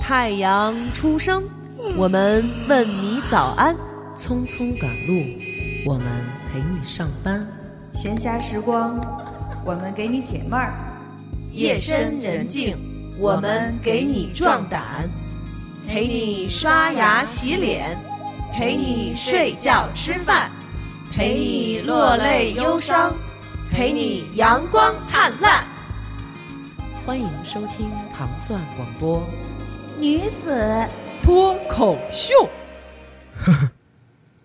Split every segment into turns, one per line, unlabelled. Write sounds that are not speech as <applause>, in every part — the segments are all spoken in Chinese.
太阳初升，我们问你早安。匆匆赶路，我们陪你上班。
闲暇时光，我们给你解闷儿。
夜深人静，我们给你壮胆，陪你刷牙洗脸，陪你睡觉吃饭，陪你落泪忧伤，陪你阳光灿烂。
欢迎收听糖蒜广播
女子
脱口秀。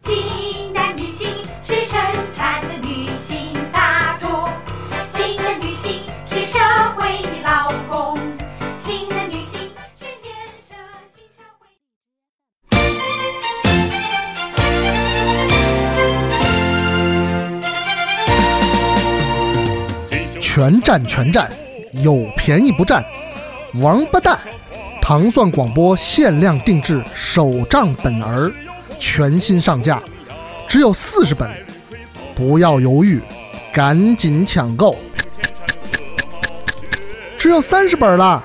新的旅行是生产的旅行大众，新的旅行是社会的劳工，新的旅行是建设新社会。
全占全占，有便宜不占，王八蛋！糖蒜广播限量定制手账本儿，全新上架，只有四十本，不要犹豫，赶紧抢购！只有三十本啦！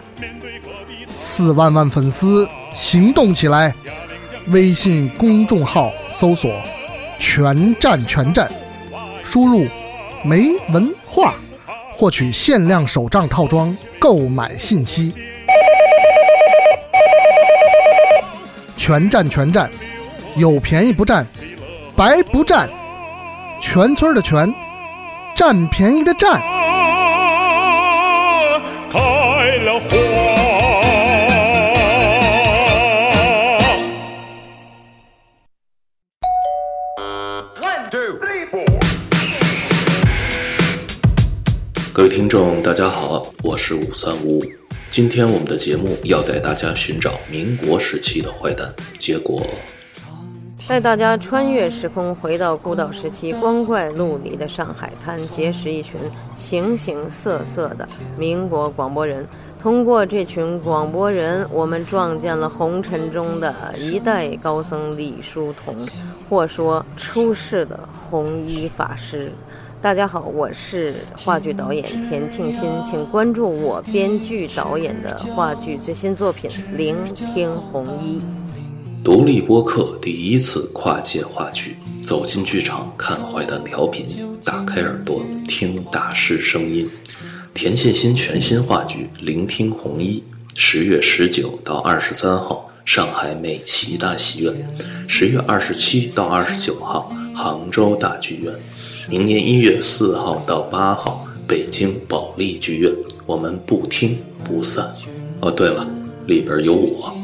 四万万粉丝行动起来！微信公众号搜索“全站全站”，输入“没文化”。获取限量手账套装购买信息。全站全站，有便宜不占，白不占。全村的全，占便宜的占。
开了花。
各位听众，大家好，我是五三五五。今天我们的节目要带大家寻找民国时期的坏蛋，结果
带大家穿越时空，回到孤岛时期光怪陆离的上海滩，结识一群形形色色的民国广播人。通过这群广播人，我们撞见了红尘中的一代高僧李叔同，或说出世的红衣法师。大家好，我是话剧导演田庆新，请关注我编剧导演的话剧最新作品《聆听红衣》。
独立播客第一次跨界话剧，走进剧场看坏蛋调频，打开耳朵听大师声音。田沁鑫全新话剧《聆听红衣》，十月十九到二十三号上海美琪大戏院，十月二十七到二十九号杭州大剧院，明年一月四号到八号北京保利剧院。我们不听不散。哦，对了，里边有我。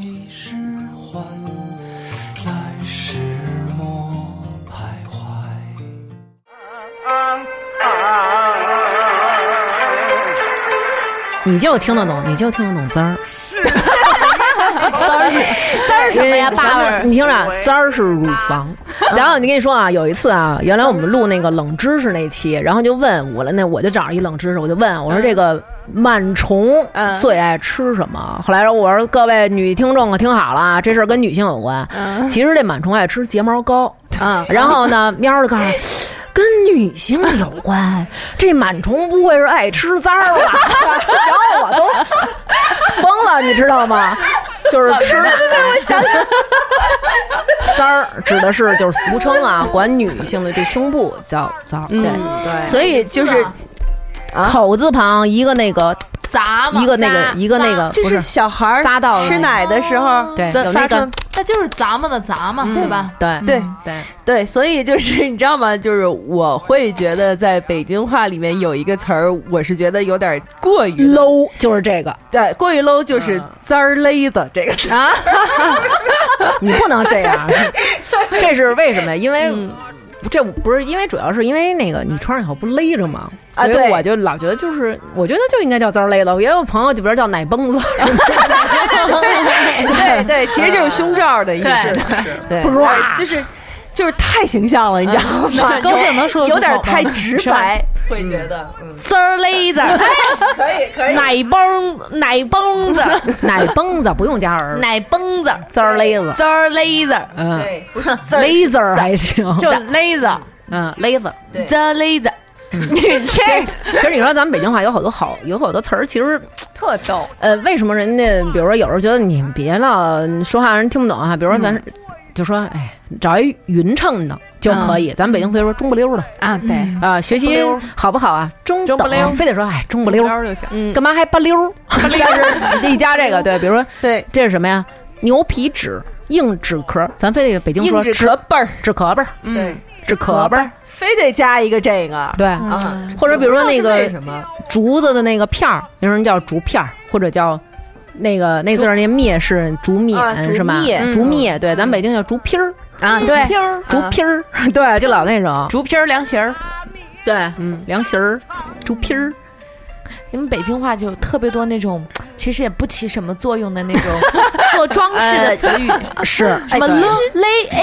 你就听得懂，你就听得懂滋儿。 <laughs> 滋儿是
什么呀爸爸
你听着啊，滋儿是乳房。然后你跟你说啊，有一次啊，原来我们录那个冷知识那期，然后就问我了，那我就找着一冷知识，我就问我说这个螨虫
嗯
最爱吃什么？后来我说各位女听众啊，听好了啊，这事儿跟女性有关。其实这螨虫爱吃睫毛膏。
啊，
然后 <laughs> 呢，喵儿就告诉我，跟女性有 <laughs> 关，这螨虫不会是爱吃脏儿 <laughs> 吧？然后我都疯了，你知道吗？就是吃，我想想， <laughs> 脏儿指的是就是俗称啊，管女性的这胸部叫脏儿，对，
哎
对
所以就是
啊
口字旁一个那个
砸嘛，
一个那个
砸
一个那个，
这
呃不是
是小孩儿
扎到了
吃奶的时
哦
候，
对
发
有那
生
个
那就是砸嘛的砸嘛，对吧？
对
对
对，
对，所以就是你知道吗？就是我会觉得在北京话里面有一个词儿，我是觉得有点过于
low 就是这个，
对，过于 low 就是
嗯
滋儿勒子这个词。
啊
<laughs> 你不能这
<laughs>
样，这是为什么呀？因为、
嗯
这不是因为主要是因为那个你穿上以后不勒着吗？
啊
所以
对
我就老觉得就是，我觉得就应该叫字儿勒了。我也有朋友就比如叫奶崩子，
对对，其实就是胸罩的意思。对，
不
对
哇
就是就是太形象了，你知道吗？
嗯高兴能说得
有
出
点
口吗
太直白，会觉得嗯，
滋儿勒子，
<laughs> 可以可
<laughs>
以。
奶崩奶崩子，
<laughs> 奶崩子不用加儿，
奶崩子，
字儿勒子，
滋儿勒子，
嗯，
对，不是
勒子儿还行，
就勒子，
嗯勒子，
滋儿勒子，
你这
其实你说咱们北京话有好多好，有好多词儿，其实
特逗。
呃，为什么人家比如说有时候觉得你们别了，你说话让人听不懂啊？比如说咱、就说，哎，找一匀称的就可以。咱们北京非说中不溜的
啊，对，
啊，学习好不好啊？中
中不
等
溜
非得说哎中不溜，
儿就行。
干嘛还不溜儿？但 <laughs> 是一加这个，对，比如说
对，
这是什么呀？牛皮纸。硬纸壳，咱非得北京
硬
说
纸壳倍儿，
纸壳呗儿，
嗯
嗯
对
纸壳呗儿，
非得加一个这个。
对，
啊，
或者比如说那
不知道
个
是为什么
竹子的那个片儿，有人叫竹片儿，或者叫那个那字儿那灭是竹冕、
啊竹
是吗？
篾
竹篾，对，咱北京叫竹皮儿，
啊，对，
皮儿，竹
啊
皮儿，对，就老那种，
竹皮儿凉席儿，
对，
嗯，
凉席儿，竹皮儿，
你们北京话就有特别多那种，其实也不起什么作用的那种做装饰的词语。
哎 <laughs> 是
什么嘞？哎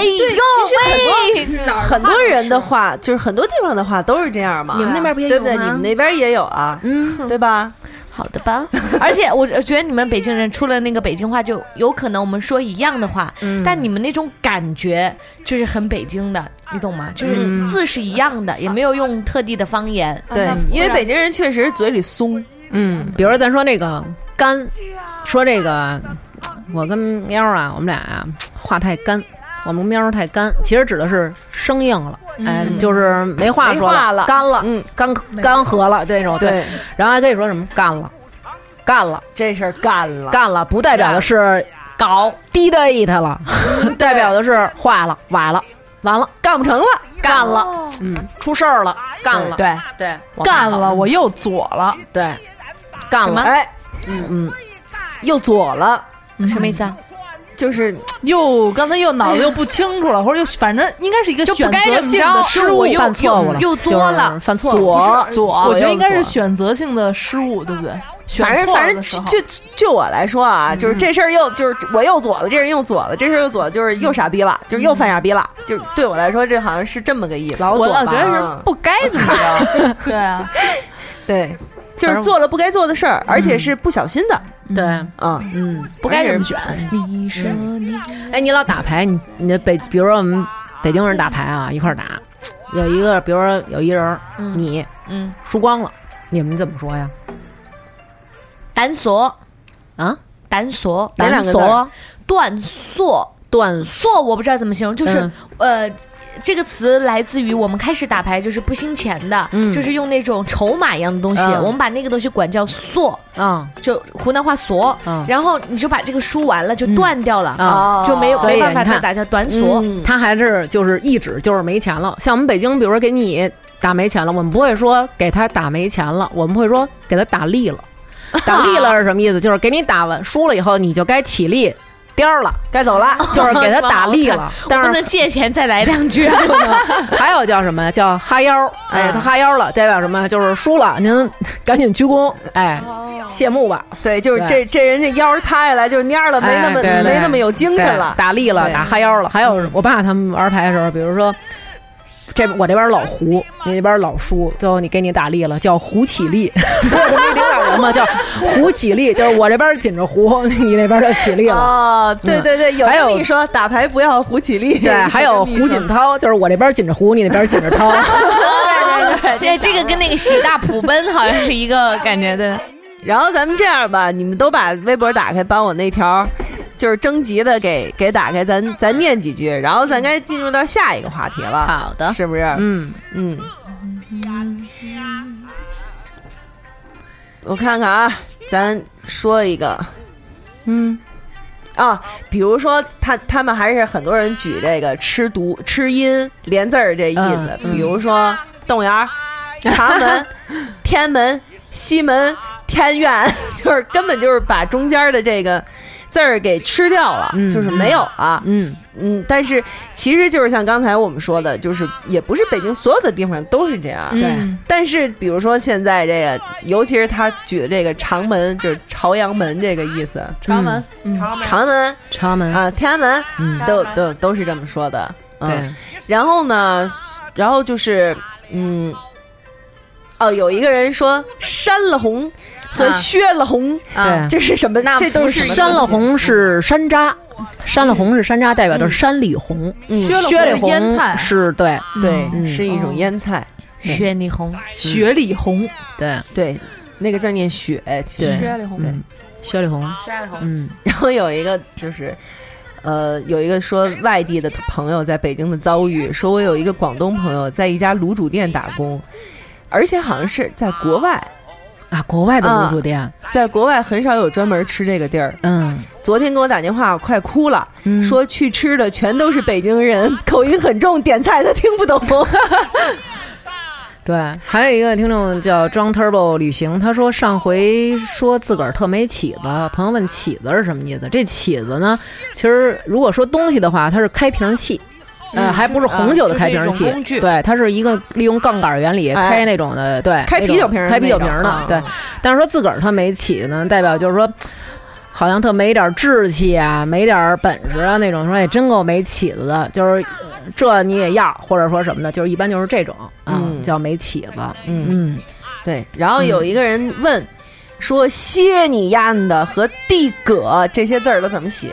呦喂！很多人的话，就是很多地方的话都是这样嘛。
你们那边不也
对
有
不对？你
吗
们那边也有啊，嗯， <laughs> 对吧？
好的吧， <laughs> 而且我觉得你们北京人除了那个北京话，就有可能我们说一样的话，但你们那种感觉就是很北京的，你懂吗？就是字是一样的，也没有用特地的方言。
对，因为北京人确实嘴里松，
嗯，比如说咱说那个干，说这个我跟喵儿啊，我们俩啊话太干。我们喵儿太干，其实指的是生硬了，哎，就是没话说
没话了
干了，
嗯，
干干涸了这种，对，
对，
然后还可以说什么干了，干了，
这事儿干了，
干了，不代表的是搞滴答一它了， <laughs> 代表的是坏了，崴了，完了，
干不成了，
干了，嗯，出事儿了，干了，
对，
对，
干了，，我又左了，
对，干了，
哎，
嗯嗯，
又左了，
什么意思啊？
就是
又刚才又脑子又不清楚了，或者又反正应该是一个
就不
选
该
择
这么
性
着
的失
是
误
我，又
犯错误了，
又
就是
作了
犯错误了，
左
左我觉得应该
右
是
左
选择性的失误，对不对？选
反正
错了
反正
的时候
就就就我来说啊，
嗯
就是这事儿又就是我又左了，这人又左了，这事儿又左了，就是又傻逼了，就是又犯傻逼了，就是对我来说这好像是这么个意思。
嗯老
我
左
老觉
吧，嗯
得是不该怎么着。对啊，
对，就
反正
是做了不该做的事儿，而且是不小心的，
对，
嗯，
嗯，
不该这么选。
你说你
哎，你老打牌，你你的北，比如说我们北京人打牌啊，一块儿打，有一个，比如说有一人儿，你
嗯
输光了，你们怎么说呀？
胆索
啊，
胆索
哪两个字儿
索断索
断送
索，我不知道怎么形容，就是呃。
嗯
这个词来自于我们开始打牌就是不兴钱的，
嗯
就是用那种筹码一样的东西，
嗯
我们把那个东西管叫索，
啊，
就湖南话索，
嗯
然后你就把这个输完了就断掉了，
啊
就没有
所以
没办法
你看
再打叫短索。
嗯
他还是就是一指就是没钱了。像我们北京，比如说给你打没钱了，我们不会说给他打没钱了，我们会说给他
<laughs>
打利了。打利了是什么意思？就是给你打完输了以后，你就该起立颠
<laughs>
儿了，
该走了。
<laughs> 就是给他打利了。但
不
是
能借钱再来两句啊，
<laughs> 还有叫什么？叫哈腰儿，哎，他哈腰了，代表什么？就是输了，您赶紧鞠躬，哎，
哦
谢幕吧，
对，就是这这人家腰儿塌下来就蔫了，没那么
哎对对
没那么有精神了
对。打力了，
对嗯
打哈腰了。还有我爸他们玩牌的时候，比如说。这我这边老胡，你那边老输，最后你给你打力了，叫胡起力， <laughs> 不是没领导人吗？叫胡起力，就是我这边紧着胡，你那边就起力了。
哦，对对对，有
嗯还有
跟你说打牌不要胡起立，
对，还
<laughs>
有胡锦涛，就是我这边紧着胡，你那边紧着涛。 <laughs>
对对 <laughs> 对，这个跟那个喜大普奔好像是一个感觉的。
然后咱们这样吧，你们都把微博打开，把我那条就是征集的给给打开，咱咱念几句，然后咱该进入到下一个话题了。
好的
是不是？
嗯，
嗯。我看看啊，咱说一个，
嗯
啊，比如说他他们还是很多人举这个吃读吃音连字儿这意思，
嗯
比如说动物园儿、
<laughs>
茶门、天安门、西门、天苑， <laughs> 就是根本就是把中间的这个字儿给吃掉了，就是没有了。
嗯，
嗯，但是其实就是像刚才我们说的，就是也不是北京所有的地方都是这样。
对，
但是比如说现在这个，尤其是他举的这个长门，就是朝阳门这个意思，
朝阳门，
长门。
朝阳嗯门，
啊，天安门，
嗯
都都都是这么说的。嗯，
对，
然后呢，然后就是嗯，哦，有一个人说山了红和
啊
薛了红，
对
这是什么？这都是什
山
么
了红是山楂，山了红是山楂，代表的是山里红。嗯
嗯
薛
薛
里
里红是
红
腌菜
是对，
对，
嗯
是一种腌菜。
雪里红，
雪里红，
对
对，那个字儿念雪。其实
对，
雪里红，
嗯，薛里红，
雪里红，
嗯，
然后有一个就是。呃，有一个说外地的朋友在北京的遭遇，说我有一个广东朋友在一家卤煮店打工，而且好像是在国外，
啊，国外的卤煮店，
在国外很少有专门吃这个地儿。
嗯，
昨天给我打电话，我快哭了，
嗯
说去吃的全都是北京人，口音很重，点菜他听
<laughs>
不懂。
对，还有一个听众叫装 Turbo 旅行，他说上回说自个儿特没起子，朋友问起子是什么意思？这起子呢，其实如果说东西的话，它是开瓶器。呃，
嗯
还不是
就是
红酒的
啊
开瓶
就是一
器
种工，具
对，它是一个利用杠杆原理
哎
开那种的，对，
开
那
啤酒
种
瓶儿
开啤酒
那
瓶
种
儿的
啊，
对。但是说自个儿他没起呢，代表就是说，好像特没点儿志气啊，没点儿本事啊那种，说也真够没起子的，就是这你也要，或者说什么的，就是一般就是这种啊，
嗯
叫没起子。
嗯，
嗯，
对。然后有一个人问。说歇你丫的和地葛这些字儿都怎么写？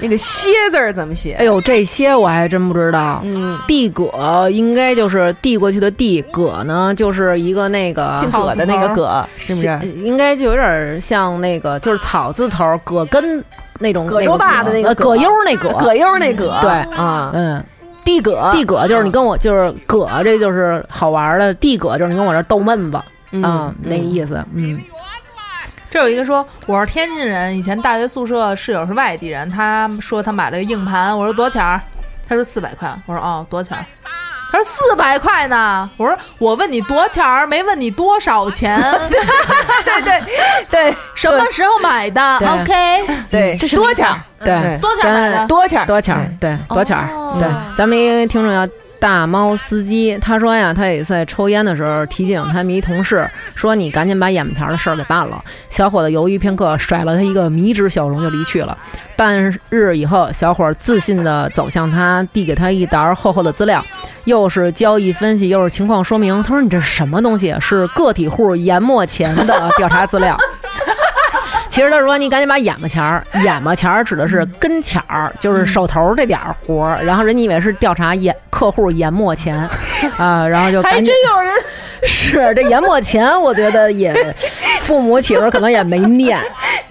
那个歇字儿怎么写？
哎呦，这些我还真不知道。
嗯，
递葛应该就是递过去的递，葛呢就是一个那个
姓葛的那个葛，是不
呃
是？
应该就有点像那个就是草字头儿葛根那种
葛优爸的
那
那个
个葛呃葛优那葛。
葛优那葛，
对
啊，
嗯，
地
啊
葛，
递葛就是你跟我就是葛，这就是好玩儿的。递葛就是你跟我这儿逗闷子
嗯
啊，那意思。嗯，
这有一个说我是天津人，以前大学宿舍室友是外地人，他说他买了个硬盘，我说多少钱儿？他说四百块，我说哦多少钱儿？他说四百块呢，我说我问你多少钱儿，没问你多少钱， <laughs>
对对对
什么时候买的
对
？OK，嗯
对，
这是
多钱儿
对，
多少钱买的？哦
多钱儿，
多钱儿，对，多钱儿，对。咱们一个听众叫大猫司机，他说呀，他有一次在抽烟的时候提醒他们一同事说：“你赶紧把眼前的事儿给办了。”小伙子犹豫片刻，甩了他一个迷之笑容就离去了。半日以后，小伙自信地走向他，递给他一沓厚厚的资料，又是交易分析，又是情况说明。他说：“你这是什么东西？啊是个体户研末前的调查资
<laughs>
料。”其实他说：“你赶紧把眼巴前儿，眼巴前儿指的是跟前儿，就是手头这点儿活儿。然后人家以为是调查研客户研末
<laughs>
前，啊、然后就
还
赶紧
真有人
是这研末前，我觉得也 <laughs> 父母起时可能也没念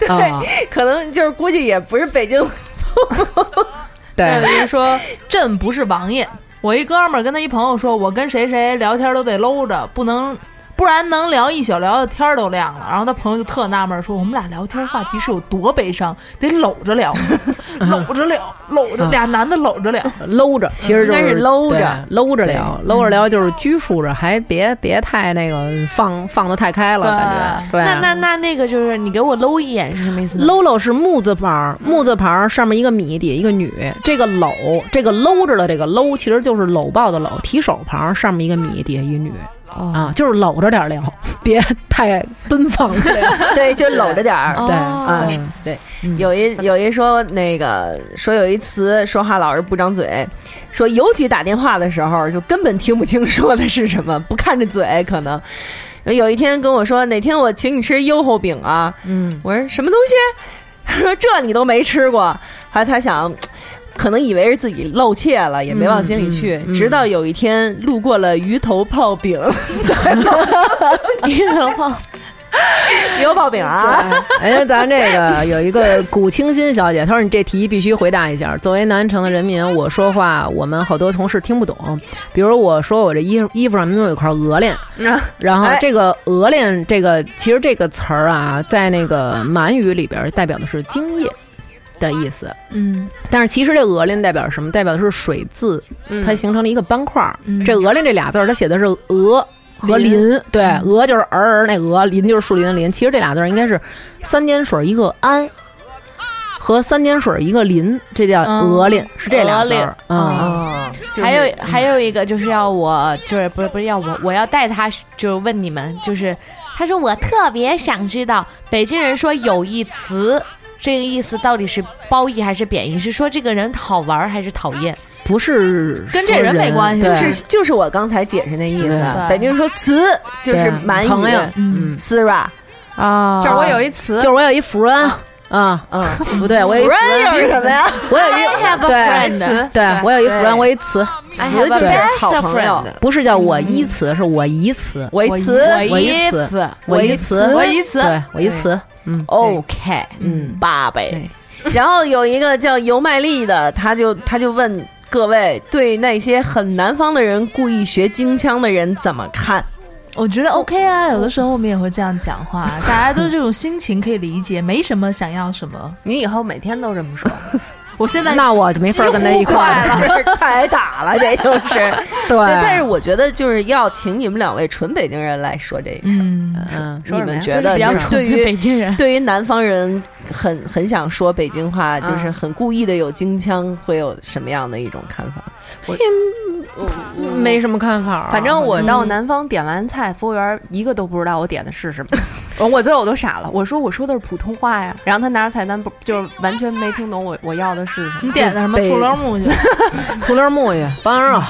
啊，
可能就是估计也不是北京，
还有
对，
一个说朕不是王爷，我一哥们儿跟他一朋友说，我跟谁谁聊天都得搂着，不能。不然能聊一宿，聊的天儿都亮了。然后他朋友就特纳闷儿说：“我们俩聊天话题是有多悲伤，得搂着聊，
嗯
搂着聊，搂着俩男的搂着聊。
嗯
搂着，其实就
应该是搂着
对搂着聊，搂着聊就是拘束着，还别别太那个放放的太开了，感觉对
那那那那个就是你给我搂一眼是什么意思呢？嗯
Lolo 是木字旁儿，木字旁儿上面一个米，底下一个女。这个搂，这个搂着的这个搂，其实就是搂抱的搂，提手旁儿上面一个米，底下一女。
哦
啊，就是搂着点儿聊， <laughs> 别太奔放了。
<laughs> 对，就搂着点
哦
儿。
对
啊，是对，有一有一说那个说有一词说话老是不张嘴，说尤其打电话的时候就根本听不清说的是什么，不看着嘴可能。有一天跟我说哪天我请你吃优厚饼啊，
<laughs> 嗯，
我说什么东西？ <laughs> 他说这你都没吃过，还他想。可能以为是自己露怯了，也没往心里去。
嗯嗯嗯
直到有一天路过了鱼头
<laughs>
泡饼，
鱼头泡，
鱼头泡饼啊，
<laughs> 哎，咱这个有一个古清新小姐，她说你这题必须回答一下。作为南城的人民，我说话我们好多同事听不懂，比如我说我这衣衣服上面有一块鹅链，然后
哎
这个鹅链这个其实这个词儿啊，在那个满语里边代表的是精液。的意思，
嗯，
但是其实这鹅链代表什么？代表的是水字，它形成了一个斑块儿。
嗯
这鹅链这俩字儿，它写的是鹅和林，对，鹅就是儿儿那鹅，林就是树林的林。其实这俩字儿应该是三点水一个安，和三点水一个林，这叫
嗯
鹅链，是这俩
鹅
字
链
儿。嗯，
哦，
还有还有一个就是要我就是不是不是要我我要带他就是问你们就是他说我特别想知道北京人说有一词。这个意思到底是褒义还是贬义？是说这个人好玩儿还是讨厌？
不是
跟这
说
人没关系
对
就是就是我刚才解释那意思啊。
对
北京人说词就是
对
满语
朋友，
嗯
，sira，
啊，
这儿我有一词
就是我有一夫人，啊嗯，不对，我有一
friend 又是什么呀
我有一
I have a
对
friend
对，我有一
对
friend，我有一词
I have
词
a
就是
best
好朋友
friend，
不是叫
嗯
我一词，是我一词，
我一词
我一
我一
词
词，
我一词，
我一词
对，我一词，嗯
，OK，
嗯，
八倍。然后有一个叫尤麦丽的，他就他就问各位对那些很南方的人故意学京腔的人怎么看？
我觉得 OK 啊，有的时候我们也会这样讲话，大家都这种心情可以理解，没什么想
<laughs>
要什么。啊
你以后每天都这么
<laughs>
说，
我现在
那我就没法跟他一块儿了
几乎快
了，太打了，这就是。
对
但是我觉得就是要请你们两位纯北京人来说这个事儿。
嗯
你们觉得
比
就
较
是对于
北
京人，
对于南方人很很想说北京话，就是很故意的有京腔，会有什么样的一种看法？
没什么看
啊
法。
反正我到
嗯
南方点完菜，服务员一个都不知道我点的是什么， <laughs> 我我最后我都傻了，我说我说的是普通话呀，然后他拿着菜单不就是完全没听懂我我要的是什么？
嗯你点的什么
北
醋溜木去？
<laughs> 醋溜木去，棒
<laughs>
肉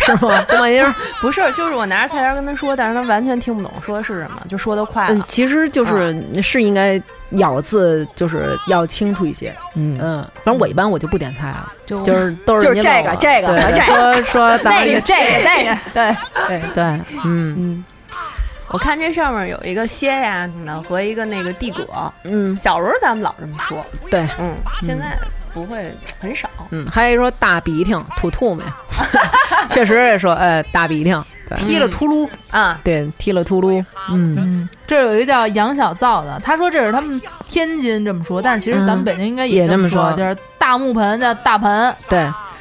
是吗？这玩意儿
不是，就是我拿着菜单跟他说，但是他完全听不懂我说的是什么，就说的快
嗯
了，。
其实就是、
嗯
是应该咬字就是要清楚一些。
嗯
反正我一般我就不点菜了，
就
就是都是
就是
您
这
弄
个
了
这个
对
和这
说
个 <laughs>
说咱们
这个，
对对 <laughs>
对，嗯
我看这上面有一个蝎呀呢和一个那个地葛，
嗯，
小时候咱们老这么说，
对，
嗯，现在不会很少。
嗯，还有一说大鼻涕吐吐沫， <laughs> 确实也说哎大鼻涕，对
踢了秃噜
啊，
对踢了秃噜，嗯，
这儿有一个叫杨小灶的，他说这是他们天津这么说，但是其实咱们
嗯
北京应该
也
这
这么
说，
说
就是大木盆叫大盆，
对，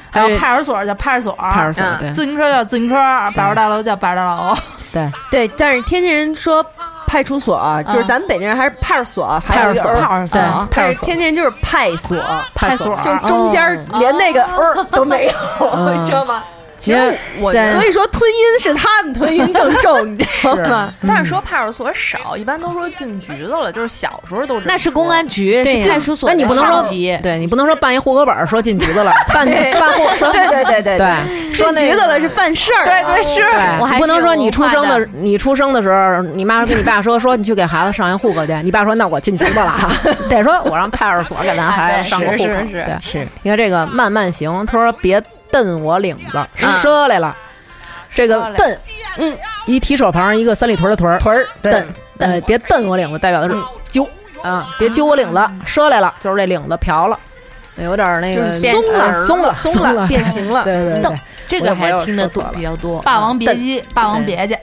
还有
有
派出所叫派出所，
派出所
嗯
对
自行车叫自行车，百货大楼叫百货大楼，
对
对，但是天津人说派出所，就是咱们北京人还是派出所，还有一个
嗯派出所
儿
对派出
但是
所
天津人就是派所，
派出所哦
就是中间儿连那个儿都没有，
嗯
<laughs> 你知道吗？
其实我在
所以说吞音是他们吞音更重，你知道
<laughs>
吗？
但是说派出所少，一般都说进局子了，就是小时候都这么
那是
说
公安局，
对
是
呀
派出所
那
的上级，
你不能说，对你不能说办一户口本儿说进局
<laughs>
子了，办办户说
对对对对
对，说
进
那
局
个
子了是犯事儿，啊对对是
对，
我还
你不能
是
说
有
你
文
出
化
生
的
的，你出生的时候，你妈跟你爸说说你去给孩子上一户口去，你爸说那我进局子了
<laughs>
啊，得说我让派出所给
哎
咱孩子上个户口。
是是是
对，你看这个慢慢行，他说别蹬我领
啊
子，折来了。这个
来
蹬，嗯，一提手旁一个三里屯的屯儿，屯儿蹬，呃，别蹬我领子，代表的
嗯
是揪啊，别揪我领子，折来了就是这领子瓢了。有点儿那
就
个
是松
呃
了
松了，
松
了，
变形了。
对对对
瞪，这
我
个
也没
还
有
听得
说错
懂
了
比较多。
霸王别姬，霸王别姬，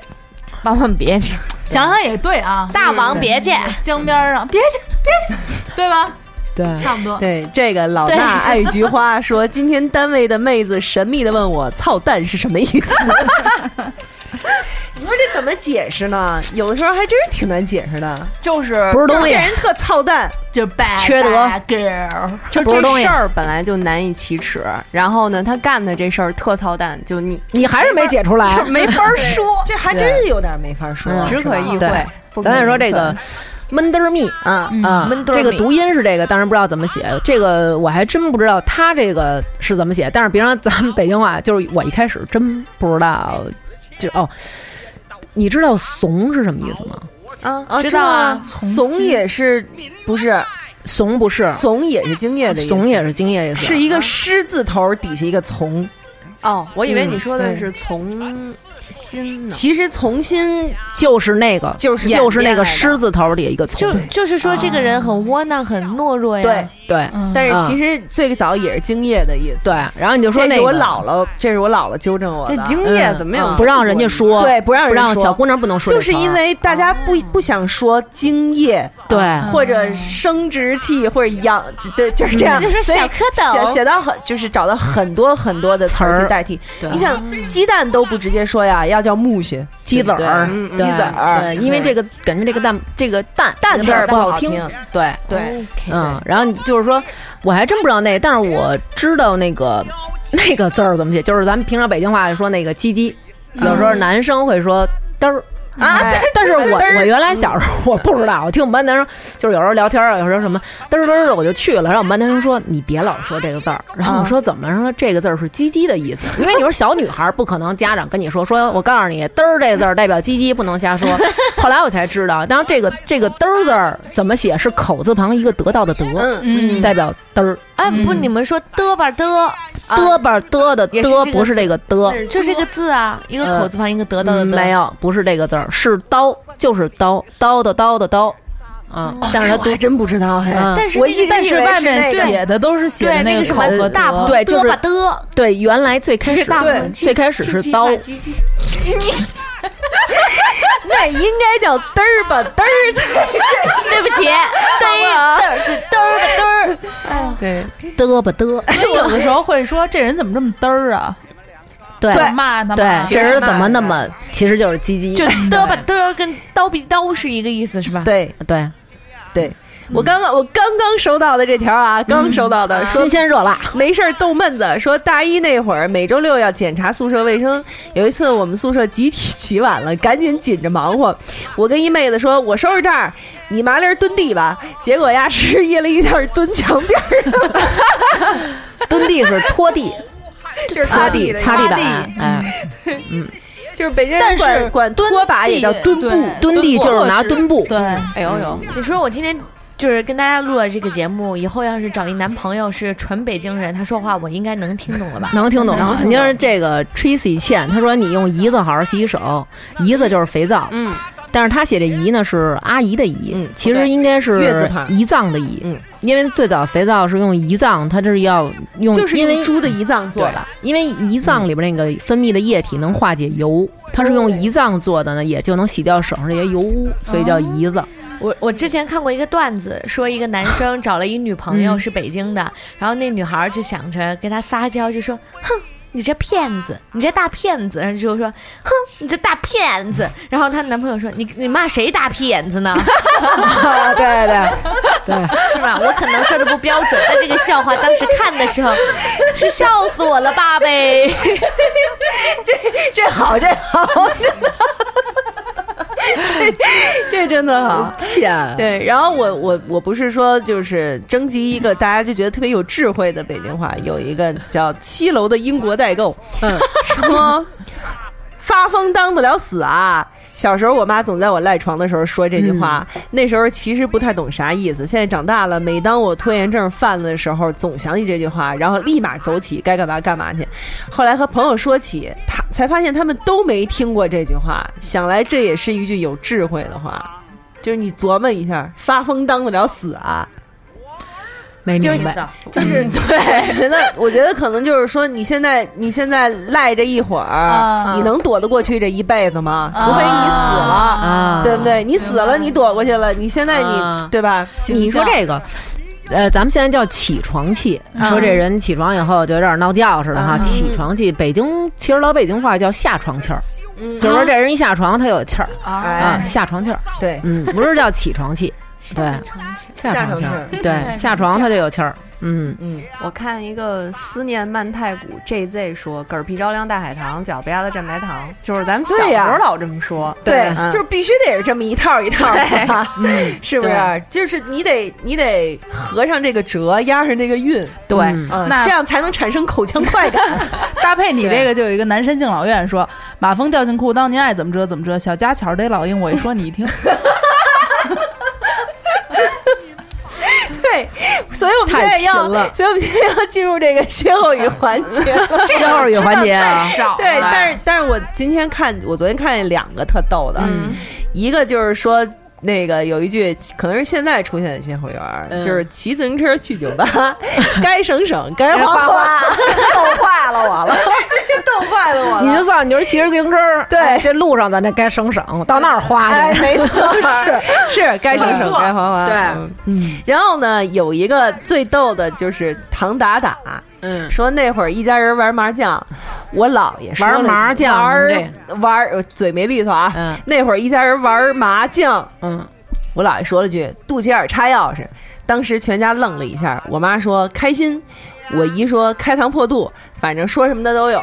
霸王别姬，
想想也对啊，
嗯大王别姬，
江边儿上别姬别姬，对吧？
对，
差
<laughs>
不多。
对，这个老
对
大爱菊花说，今天单位的妹子神秘的问我“操蛋”是什么意思。你说这怎么解释呢？有的时候还真是挺难解释的。
就是
不是
就是
东
这
西，
人特操蛋，
就是 bad
缺德
bad girl，
啊就
不是东
这
西
事儿本来就难以启齿，然后呢，他干的这事儿特操蛋，就你
你还哎是没解出
<laughs>
来，
没法说， <laughs> 这还真是有点没法说。
只可意
对
会。不可
咱再说
言
这个
传，
闷嘚儿蜜
嗯，
啊
闷，嘚儿
这个
蜜
读音是这个，当然不知道怎么写。这个我还真不知道他这个是怎么写，但是别让咱们北京话，就是我一开始真不知道，就哦，你知道怂是什么意思吗？哦
啊，
知道啊
怂也是不是？
怂不是，
怂也是敬业的意思，
怂也是嗯敬业意思，
是一个狮字头底下一个从。
哦，我以为
嗯
你说的
对
是从心呢，
其实从心
就是那个
就是
就是那
演变来的
个狮字头里一个从
就，就是说
啊
这个人很窝囊，很懦弱呀。
对，
对
嗯
但是
嗯
其实最早也是敬业的意思。
对，然后你就说
这
那
是
个
我姥姥，这是我姥姥纠正我的
那。经验
嗯
怎么有
不让人家说，
对不让人
不让
说
小姑娘不能说
就
这词
是
儿，
因为大家
哦
不不想说精液，
对。
嗯
或者生殖器，或者养，对，就是这样。
就是
所以
小蝌蚪
写写到很，就是找到很多很多的词儿
词儿
去代替。
对
你想，
嗯
鸡蛋都不直接说呀，要叫木屑、
鸡子
对不对
儿、
嗯鸡
对
子儿，嗯
对，因为这个感觉这个蛋这个蛋
蛋
这个
字儿
不
不好
听
听，
对。
对，
哦
嗯，然后你就是说，我还真不知道那个，但是我知道那个那
嗯
个字儿怎么写，就是咱们平常北京话说那个“唧唧”，有时候男生会说“嘚儿”，啊！但是我我原
嗯
来小时候我不知道，我听我们班男生就是有时候聊天啊，有时候什么嘚儿嘚儿的，我就去了。然后我们班男生说：“你别老说这个
<laughs>
字儿。”然
嗯
后我说：“怎么了？”说这个字儿是“鸡鸡”的意思，因为你说小女孩儿不可能家长跟你说说，我告诉你，嘚儿这个字儿代表鸡鸡，不能瞎说。 <laughs> 后来我才知道，当然这个这个嘚儿字儿怎么写是口字旁一个得到的得，
嗯
代表嘚儿。
哎，不，你们说嘚吧嘚，
嘚吧嘚的
啊也是
嘚
这个
不是这个嘚，
哦
就这个字啊，一个口字旁一个得到的
嗯
得，
没有，不是这个字儿，是刀，就是刀，刀的刀的刀，啊，
哦
但是它
我还真不知道嘿。
嗯
但是
我
那个
一直
但
以
是
为
外面
那个
写的都是写的
对那
个
什
口
么
和
大
德，
对，就是
嘚吧嘚，
对，原来最开始
大
对
鹏
最开始是刀，
那应该叫嘚儿吧嘚儿才
<laughs> 对不起，嘚是嘚吧嘚儿。
对。
嘚吧 <laughs> 嘚，
所以有的时候会说这人怎么这么嘚儿啊？
对
骂他
对
们，，
这人怎么那么，其实就是鸡鸡，
就嘚吧嘚儿跟刀比刀是一个意思是吧？
对
对，
我刚刚我刚刚收到的这条啊，
嗯
刚收到
嗯
的，说
新鲜热 <laughs>
<laughs>
辣，
没事儿逗闷子，说大一那会儿每周六要检查宿舍卫生。有一次我们宿舍集体起晚了，赶紧紧着忙活。我跟一妹子说：“我收拾这儿，你麻利儿蹲地吧。”结果呀，是掖了一下蹲墙边儿，
蹲地是拖地，
就是
擦
地
地
的
擦地
意思，
板，
嗯
哎，
<laughs> 就是北京
但
人
是
管管拖把也叫蹲
对
布。
蹲地就是拿蹲布，
对，哎呦呦，
你说我今天就是跟大家录了这个节目，以后要是找一男朋友是纯北京人，他说话我应该能听懂了吧？
能听懂吗？你就是这个 Tracy 倩，她说你用姨子好好洗洗手，姨子就是肥皂，
嗯，
但是她写这姨呢是阿姨的姨，
嗯
其实应该是
月字旁
胰脏的胰，
嗯
因为最早肥皂是用胰脏，它这是要用，
就是
因为
用猪的胰脏做的，
因为胰脏里边那个分泌的液体能化解油，它是
哦
用胰脏做的呢，也就能洗掉手上这些油污，所以
哦
叫胰子。
我我之前看过一个段子，说一个男
<laughs>
生找了一女朋
嗯
友是北京的，然后那女孩就想着跟他撒娇，就说：“哼，你这骗子，你这大骗子。”然后就说：“哼，你这大骗
<laughs>
子。”然后她男朋友说：“你你骂谁大骗子呢？
啊， <laughs> 对对
<laughs> 是吧？我可能说的不标准，但这个笑话当时看的时候是笑死我了，爸呗。 <laughs>
这好，这好，这这真的好。
欠
对，然后我我我不是说就是征集一个大家就觉得特别有智慧的北京话，有一个叫七楼的英国代购，
嗯，
<laughs> 说发疯当不了死啊。小时候我妈总在我赖床的时候说这句话，那时候其实不太懂啥意思。现在长大了，每当我拖延症犯了的时候，总想起这句话，然后立马走起，该干嘛干嘛去。后来和朋友说起，他才发现他们都没听过这句话。想来这也是一句有智慧的话。就是你琢磨一下，发疯当不了死啊！
没明白。啊
就是嗯对，那我觉得可能就是说，你现在你现在赖这一会儿，
啊
你能躲得过去这一辈子吗？除非你死了，
啊，
对不对？你死了，你躲过去了，你现在你
啊
对吧？
你说这个。呃，咱们现在叫起床气，
嗯
说这人起床以后就有点闹觉似的哈。起床气，北京其实老北京话叫下床气儿，
嗯
啊
就是说这人一下床他有气儿啊
哎，，
下床气儿，
对，
嗯，不是叫起床气，对，下床气儿，
哎
对，下床他就有气儿，嗯，
嗯，
我看一个思念曼太古 JZ 说，嗝屁着凉大海棠，脚不丫子蘸白糖，就是咱们小
对
时
呀
候老这么说。
对，
嗯
就是必须得是这么一套一套的， <laughs> 是不是？就是你得你得合上这个折，压上这个韵，
对，
嗯
嗯，
那
这样才能产生口腔快感。 <laughs>
搭配哎你这个就有一个南山敬老院说，马蜂掉进裤裆，您爱怎么折怎么折，小家巧儿逮老鹰，我一说你一听，
对，所以我们现在
太
要
贫了，
所以我们现在要进入这个歇后语环节了。
歇后语环节啊，
少
对，但是但是我今天看，我昨天看见两个特逗的，
嗯
一个就是说。那个有一句可能是现在出现的歇后语儿，
嗯
就是骑自行车去酒吧， <laughs> 该省省，该花
花
花，
花逗坏了我了。
逗坏了我
<laughs> 你
了。
就算你就是骑着自行车，
对
哎这路上咱这该省省，我到那儿花
哎，
去。
没错，
<laughs>
是是，该省省，该花花。
对
嗯，然后呢，有一个最逗的就是唐打打，
嗯，
说那会儿一家人玩麻将，我姥爷说了
玩麻将
玩儿
对
玩儿呃嘴没利索啊。
嗯
那会儿一家人玩麻将，
嗯，
我姥爷说了句“肚脐眼儿插钥匙”，当时全家愣了一下。我妈说：“开心。”我姨说开膛破肚，反正说什么的都有。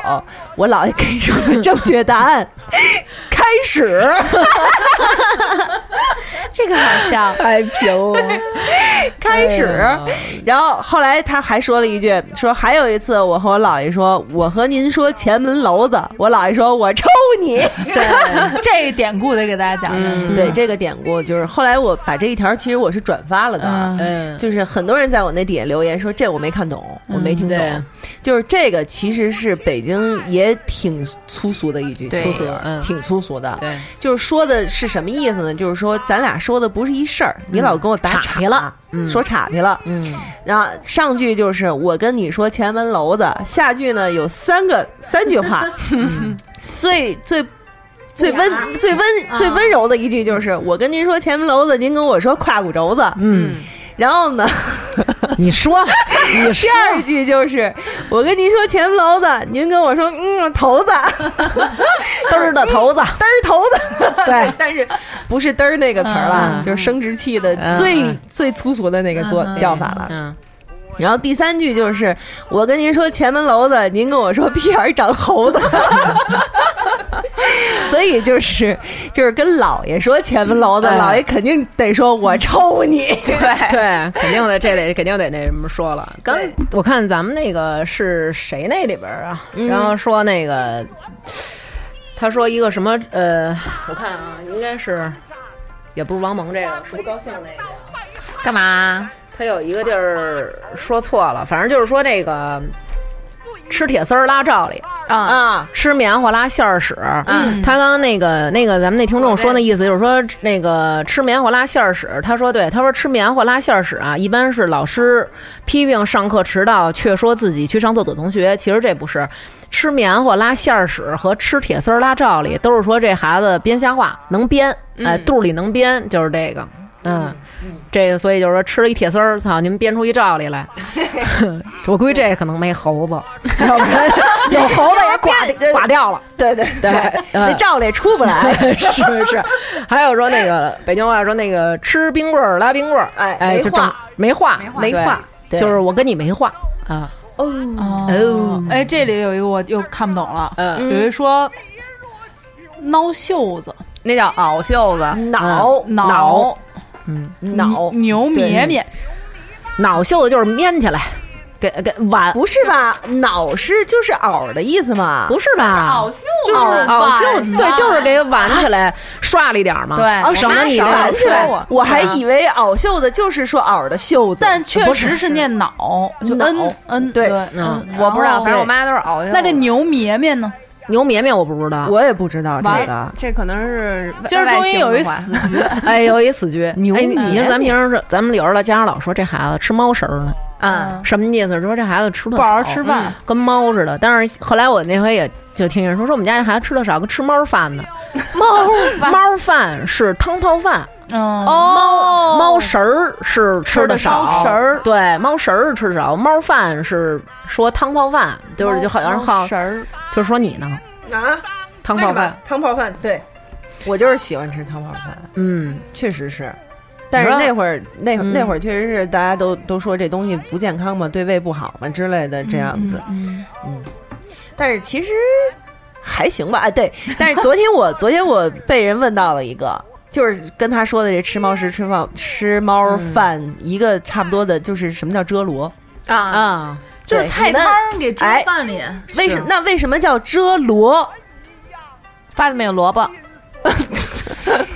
我姥爷给出的正确答案， <laughs> 开始。
这个好
<laughs>
笑，
太
哎
平了。
开始，然后后来他还说了一句，说还有一次我和我姥爷说，我和您说前门楼子，我姥爷说我抽你。
<laughs> 对，这典故得给大家讲
嗯
嗯讲。
对这个典故，就是后来我把这一条，其实我是转发了的，
嗯
就是很多人在我那底下留言说这我没看懂，我没听懂，
对
就是这个其实是北京也挺粗俗的一句
对
粗俗
嗯，
挺粗俗的，
对，
就是说的是什么意思呢？就是说咱俩说的不是一事儿，你老跟我打岔
嗯岔了，嗯
说岔劈了，
嗯，
然后上句就是我跟你说前门楼子，下句呢有三个三
<laughs>
句话，嗯最最。最温最温
嗯
最温柔的一句就是，我跟您说前门楼子，您跟我说胯骨轴子，
嗯，
然后呢，
你说，你 <laughs>
第
说，
二句就是我跟您说前门楼子，您跟我说嗯
<laughs>
头子，
嘚儿的头子，
嘚儿头子，
对，
<laughs> 但是不是嘚儿那个词儿了，
嗯
就是生殖器的
嗯
最、
嗯
最粗俗的那个做、叫法了。
嗯，
然后第三句就是，我跟您说前门楼子，您跟我说屁眼儿长
<laughs>
猴子。所以就是就是跟老爷说前门楼子，
哎
老爷肯定得说我抽你。
<laughs> 对，肯定得，这得肯定得那什么说了。刚我看咱们那个是谁那里边儿啊，
嗯
然后说那个，他说一个什么呃，我看啊，应该是也不是王蒙这个，是不是高兴那个呀？
干嘛？
他有一个地儿说错了，反正就是说这个吃铁丝儿拉罩里
啊，
啊，吃棉花拉馅儿屎。
嗯
他刚刚那个那个咱们那听众说那意思就是说那个吃棉花拉馅儿屎，他说对，他说吃棉花拉馅儿屎啊，一般是老师批评上课迟到，却说自己去上厕所同学，其实这不是。吃棉花拉馅儿屎和吃铁丝儿拉罩里，都是说这孩子编瞎话，能编，哎，肚里能编，就是这个，嗯，这个所以就是说吃了一铁丝儿，操，你们编出一罩里来， <laughs> 我估计这可能没猴 <laughs> 子，要不然有猴子也挂
变
挂掉了。
对对
对
那
嗯
照里出不来。
<laughs> 是是，还有说那个北京话说那个吃冰棍儿拉冰棍儿，
哎
哎，
没
就
话
整没话
没
对
话对
就是我跟你没话啊，
哦，哎，这里有一个我又看不懂了，
嗯
有一说挠袖子，
那叫袄袖子，
脑
嗯
挠
脑
嗯牛咩咩，
脑袖子就是面起来，给给碗
不是吧？脑是就是袄的意思嘛？
不是
哦
吧？哦
袖
就是
啊
袄袖子，对，就是给挽起来，刷了一点儿嘛。
对，
哦，
我
是
省得你
是
那
挽起来
说我，
我还
嗯
以为袄袖子就是说袄的袖子，
但确实是念脑，就
脑
n n
对
嗯
我不知道，反正我妈
妈。
都是袄袖子。
那这牛咩咩呢？
牛绵绵我不知道，
我也不知道这
完
个。
这可能是外
今儿终于有一，
外形
死
的话
局，
哎，有一死局。
牛
哎，你
绵
你说咱平时说，咱们有时候老家长老说这孩子吃猫食儿呢，
嗯，
什么意思？说这孩子吃的
不好好嗯吃饭，
跟猫似的。但是后来我那回也就听人说，说我们家这孩子吃的少，跟吃猫饭
<laughs>
呢。猫饭猫饭是汤泡饭，
嗯，
哦
猫猫食儿是吃的
吃的烧
少，
食儿
对，猫食儿是吃的少，猫饭是说汤泡饭，就是就好像好，
神儿，
就说你呢，
啊，
汤泡饭，，
汤泡饭，对，我就是喜欢吃汤泡饭，
嗯，
确实是。但是那会儿，那
嗯
那会儿确实是大家都都说这东西不健康嘛，对胃不好嘛之类的这样子，
嗯
但是其实还行吧。哎，对，但是昨天我昨天我被人问到了一个，就是跟他说的这吃猫食吃饭吃
嗯
猫饭、一个差不多的，就是什么叫遮罗？
啊，
啊，
就是
对
菜
你问
汤儿给蒸
哎
饭里，
为什那为什么叫遮罗？
饭里面有萝卜，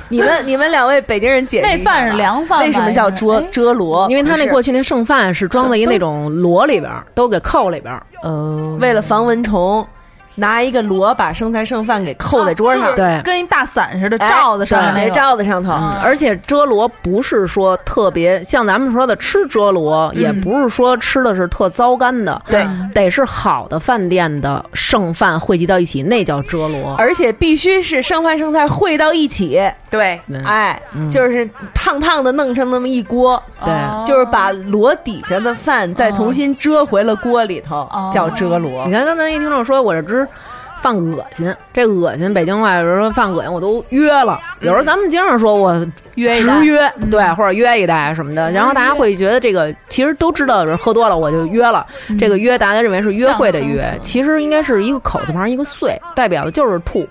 你们你们两位北京人解
<laughs>
释
那
一下
饭是
吧
凉饭吧，
为什么叫遮
应该哎
遮罗？
因为他
不
那
是
过去那剩饭是装在一那种箩里边儿，都给扣里边儿，
呃，
哦
为了防蚊虫，拿一个箩把剩菜剩饭给扣在桌上，
对
哎。跟一大伞似的
哎
罩子上
对
面那个，
罩子上头。
而且遮罗不是说特别像咱们说的吃遮罗，也不是说吃的是特糟干的，
嗯对，
得是好的饭店的剩饭汇集到一起，那叫遮罗。
而且必须是剩饭剩菜烩到一起，
对，
嗯
哎，就是烫烫的弄成那么一锅，
对
哦
就是把箩底下的饭再重新遮回了锅里头，叫遮罗
你。看刚才一听众说我这只犯恶心。这恶心，北京话有时候犯恶心，我都约了。有时候咱们经常说我
约一
直
单
约，
嗯
对，或者约一单什么的，然后大家会觉得这个其实都知道，就是喝多了我就约了。
嗯
这个约大家认为是约会的约
象征，词
其实应该是一个口字旁一个岁，代表的就是吐。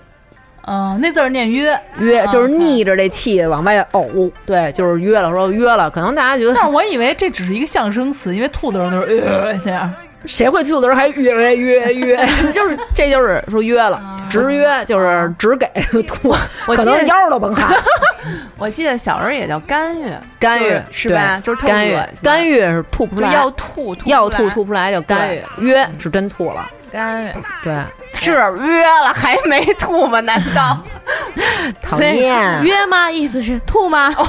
嗯、那字儿念约
约
啊
就是
嗯
逆着这气往外呕，对，就是约了，说约了，可能大家觉得
但是我以为这只是一个象声词，因为吐的时候都是呃那样。
谁会吐的时候还约约
<laughs>
约，就是这就是说约了，直约就是只给 <laughs> 吐，
啊哦我
可
记
能
得
腰都甭
<laughs>
喊。
我记得小时候也叫干哕，
干
就
预
是是吧？就是特
干预
恶，
干预是吐不出
就
来，
要吐，吐
要
不出
吐
来
吐不出来叫干预，约是真吐了，
干哕
对，
<laughs> 是约了还没吐吗？难 <laughs> 道
讨厌。
约吗？意思是吐吗？
哦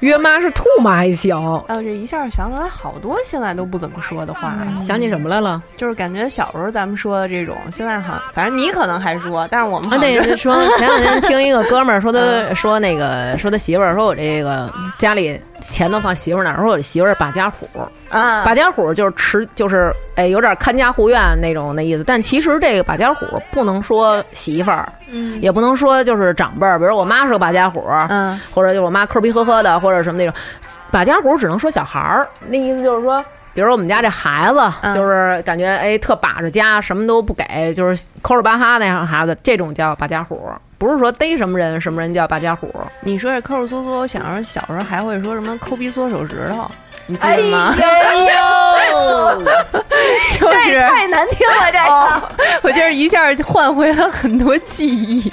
约妈是吐吗？还行。
哦，这一下想起来好多现在都不怎么说的话，
想起什么来了？
就是感觉小时候咱们说的这种，现在好像反正你可能还说，但是我们
啊，嗯
好像
对，
就
就说前两 <laughs> 天听一个哥们儿说他说那个说他媳妇儿说我这个家里钱都放媳妇儿那儿，说我这媳妇儿把家虎，
啊，
把家虎就是持就是哎有点看家护院那种那意思，但其实这个把家虎不能说媳妇儿，
嗯
也不能说就是长辈儿，比如我妈是个把家虎，
嗯
或者就是我妈抠鼻呵呵的，或者什么那种，把家虎只能说小孩儿，那意思就是说。比如我们家这孩子，
嗯
就是感觉哎特把着家，什么都不给，就是抠着巴哈那样的孩子，这种叫把家虎，不是说逮什么人什么人叫把家虎，
你说这抠抠缩缩，我想着小时候还会说什么抠鼻缩手指头，你记
哎
得吗？
呦，
就是
太难听了，这
哦，我就是一下换回了很多记
<laughs>
忆，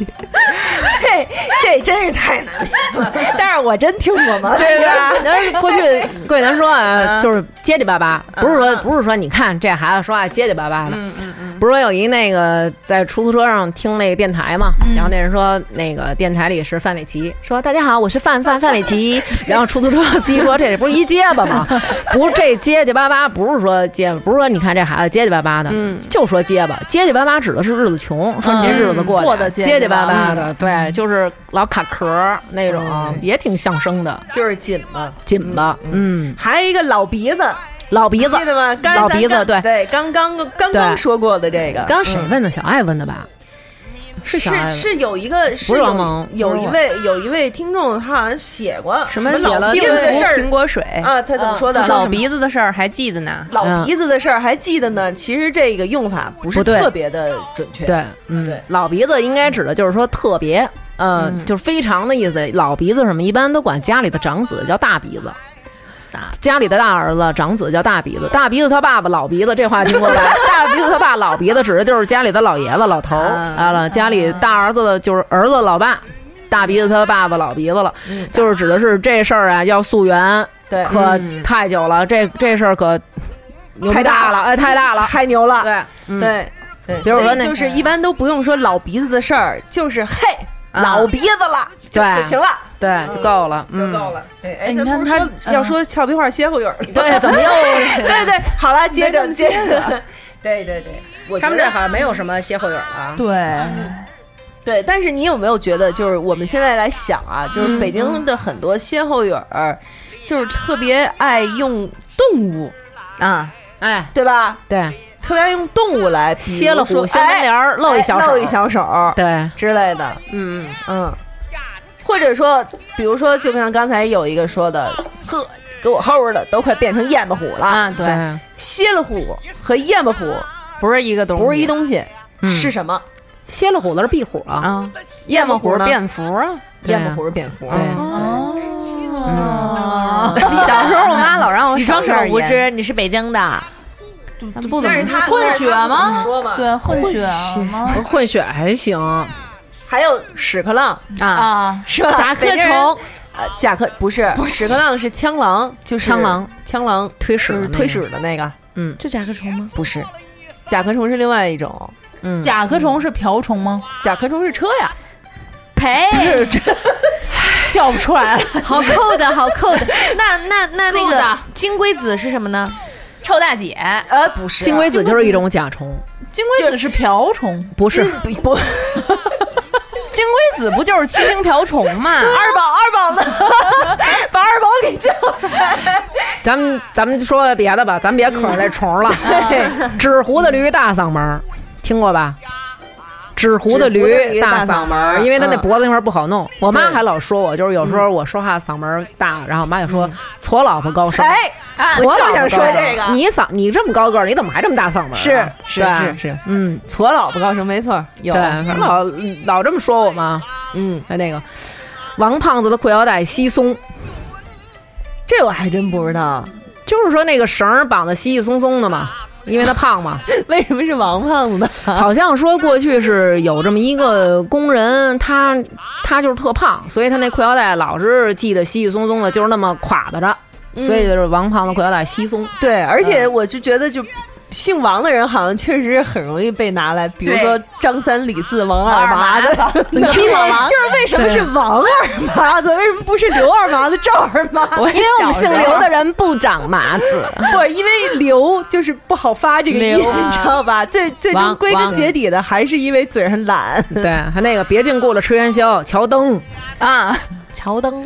这这真是太难听了。但是我真听过吗？
对吧？
<laughs>
那过去过去咱说
嗯
啊，就是结结巴巴，不是说不是说你看这孩子说话结结巴巴的，
嗯
不是说有一那个在出租车上听那个电台嘛，
嗯
然后那人说那个电台里是范玮琪，说大家好，我是范范范玮琪，然后出租车司机说这不是一结巴吗？ <laughs> 不是这结结巴巴，不是说结，不是说你看这孩子结结巴巴的，
嗯
就说结巴，结结巴巴指的是日子穷，说你这日子过
嗯过得
结
结
结
结
巴
巴嗯
巴的，对，就是老卡壳儿那种，也挺相声的。
就是紧嘛，
紧吧，嗯，
还有一个老鼻子，
老鼻子
记，得吗？刚才
老
咱
鼻子
刚
对
对，刚刚刚
对
刚说过的这个，
刚谁问的？小爱问的吧？是小爱
是
问的。
是有一个
不
是
是王
有
蒙
有
不是
一
我
位有一位听众，他好像写过
什么
老
哎老
鼻
幸
子的
福
事儿
苹果嗯水，
啊，他怎么说的？
老鼻子的事儿还记得呢。
老鼻子的事儿还记得呢。其实这个用法不
不
是
对
特别的准确，
对，嗯，
对
老鼻子应该指的就是说特别，呃，就是非常的意思。老鼻子什么，一般都管家里的长子叫大鼻子。家里的大儿子、长子叫大鼻子，大鼻子他爸爸老鼻子，这话听过吧？大鼻子他爸老鼻子指的就是家里的老爷子、老头儿啊了，家里大儿子的就是儿子老爸，大鼻子他爸爸老鼻子了，就是指的是这事儿啊要溯源，
对嗯
可太久了，这这事儿可牛逼
太大
大了，哎，太大了，
太牛了，
对。嗯
对对，
比如说
所以
那
就是一般都不用说老鼻子的事儿，就是嘿，老鼻子了，就
啊对
就行了，
对，就够了，
就
嗯
够。了。对，哎，
你看
咱不是
他
说
嗯
要说俏皮话歇后语儿，
对，啊
<laughs>
怎么 <laughs> 又？
对对，好了，接
没那
着
么
接
接
着， <laughs> 对对对，我觉
他们
得
这好像没有什么歇后语了。啊
对，
对，但是你有没有觉得，就是我们现在来想啊，
嗯
就是北京的很多歇后语儿，就是特别爱用动物，
啊，
哎，
对吧？
对，
特别爱用动物来比如
歇了
说
虎，掀门帘
哎
儿，露一小
哎
手，
露一小手，
对，
之类的，
嗯，
嗯，或者说，比如说，就像刚才有一个说的，呵，给我齁的都快变成燕巴虎了，
啊，对，
嗯对，
蝎子虎和燕巴虎
不是一个东西，
不是一东西，
嗯
是什么？
歇了虎子是壁虎了。
啊，夜幕
虎
虎
呢
蝙蝠啊。
对啊
燕巴虎是蝙蝠，
对，
<laughs>
哦，
小时候我妈老让我
你
少
双手
这儿
无
腌，
知，你是北京的，
哦
她不怎
但是
么
他
混血吗
但是他不怎么说嘛，
对，混血吗？
混血还行，
还有屎壳郎
啊，
啊，
是吧？
甲
北
壳
京人
虫，
呃，甲壳不是，屎壳郎是枪狼，就是
蜣螂，
枪狼
推
就
屎
是推屎的那个，
就甲壳虫吗？
不是。甲壳虫是另外一种，
嗯，
甲壳虫是瓢虫吗？
甲壳虫是车呀，
呸！ <laughs>
笑不出来了，
哎好扣的，好扣
<laughs>
的。那那那那
扣
个
的
金龟子是什么呢？臭大姐，
呃，不是
金龟子就是一种甲
<laughs>
虫，
金龟子是瓢虫，
不是
不不，
金龟子不就是七星瓢虫嘛？
二宝二宝呢？ <laughs> 把二宝给叫来。
<laughs>
<laughs>
咱们咱们说别的吧，咱别可着这虫了。纸糊的驴大嗓门儿，听过吧？纸糊的
纸糊的驴
大
大嗓
嗓
门
门
儿
儿，因为他那
嗯
脖子那块儿不好弄。我妈
对
还老说我，就是有时候我说话嗓门儿大，然后我妈就说矬老婆高声。
嗯哎，
矬
我
老
就
婆
想说
高声
这个，
你嗓你这么高个儿，你怎么还这么大嗓门儿啊？
是是
啊对
是是，嗯，矬老婆高声，没错，有
对，反正老老这么说我嘛。
嗯，
哎，那个王胖子的裤腰带稀松，
这我还真不知道，
就是说那个绳儿绑的稀稀松松的嘛，因为他胖嘛。
为什么是王胖子？
好像说过去是有这么一个工人，他他就是特胖，所以他那裤腰带老是系得稀稀松松的，就是那么垮的着，所以就是王胖子裤腰带稀松。
对，而且我就觉得就。姓王的人好像确实很容易被拿来，比如
对
说张三、李四、王二麻子，
<laughs>
你
<laughs>
听我吗
就是为什么是王二麻子， <laughs> 为什么不是刘二麻子、赵二麻子？
因为 <laughs> 我们姓刘的人不长麻子，
<laughs> 不，因为刘就是不好发这个音，
刘啊
<laughs> 你知道吧？最最终
王
归根
王
结底的还是因为嘴上懒。
<laughs> 对，还那个别净顾着吃元宵，乔灯，
啊，乔登。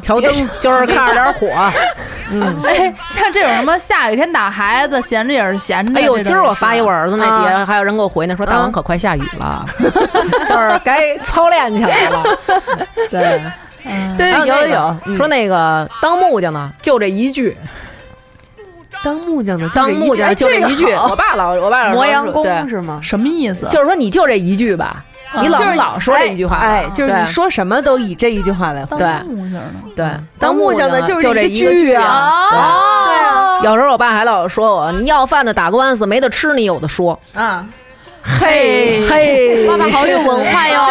<laughs> 乔灯就是看着点 <laughs> 火。
<laughs> 哎，像这种什么下雨天打孩子，闲着也是闲着。
哎呦，
这种
今儿我发一我儿子那
也
碟，
是啊
还有人给我回呢，说大王可快下雨了， <laughs> 就是该操练起来 <laughs> 了。对，
<laughs>
<laughs>
对，
还
有
那
有
个
有，嗯
说那个当木匠呢，就这一句，
当木匠的，
当木匠就
这
这
个
一句。我
好
爸老我爸老
磨
说
洋工
对
是吗？
什么意思？
就是说你就这一句吧，你老老说这一句话，
啊哎，哎就是
对
你说什么都以这一句话来
当
回。
对
木匠呢？
对，
当木匠的
就
就是
这
一
一
个句
句
啊
对
哦，
有时候我爸还老说我，你要饭的打官司没得吃，你有的说。
啊，
嘿嘿，
爸爸好有文化哟！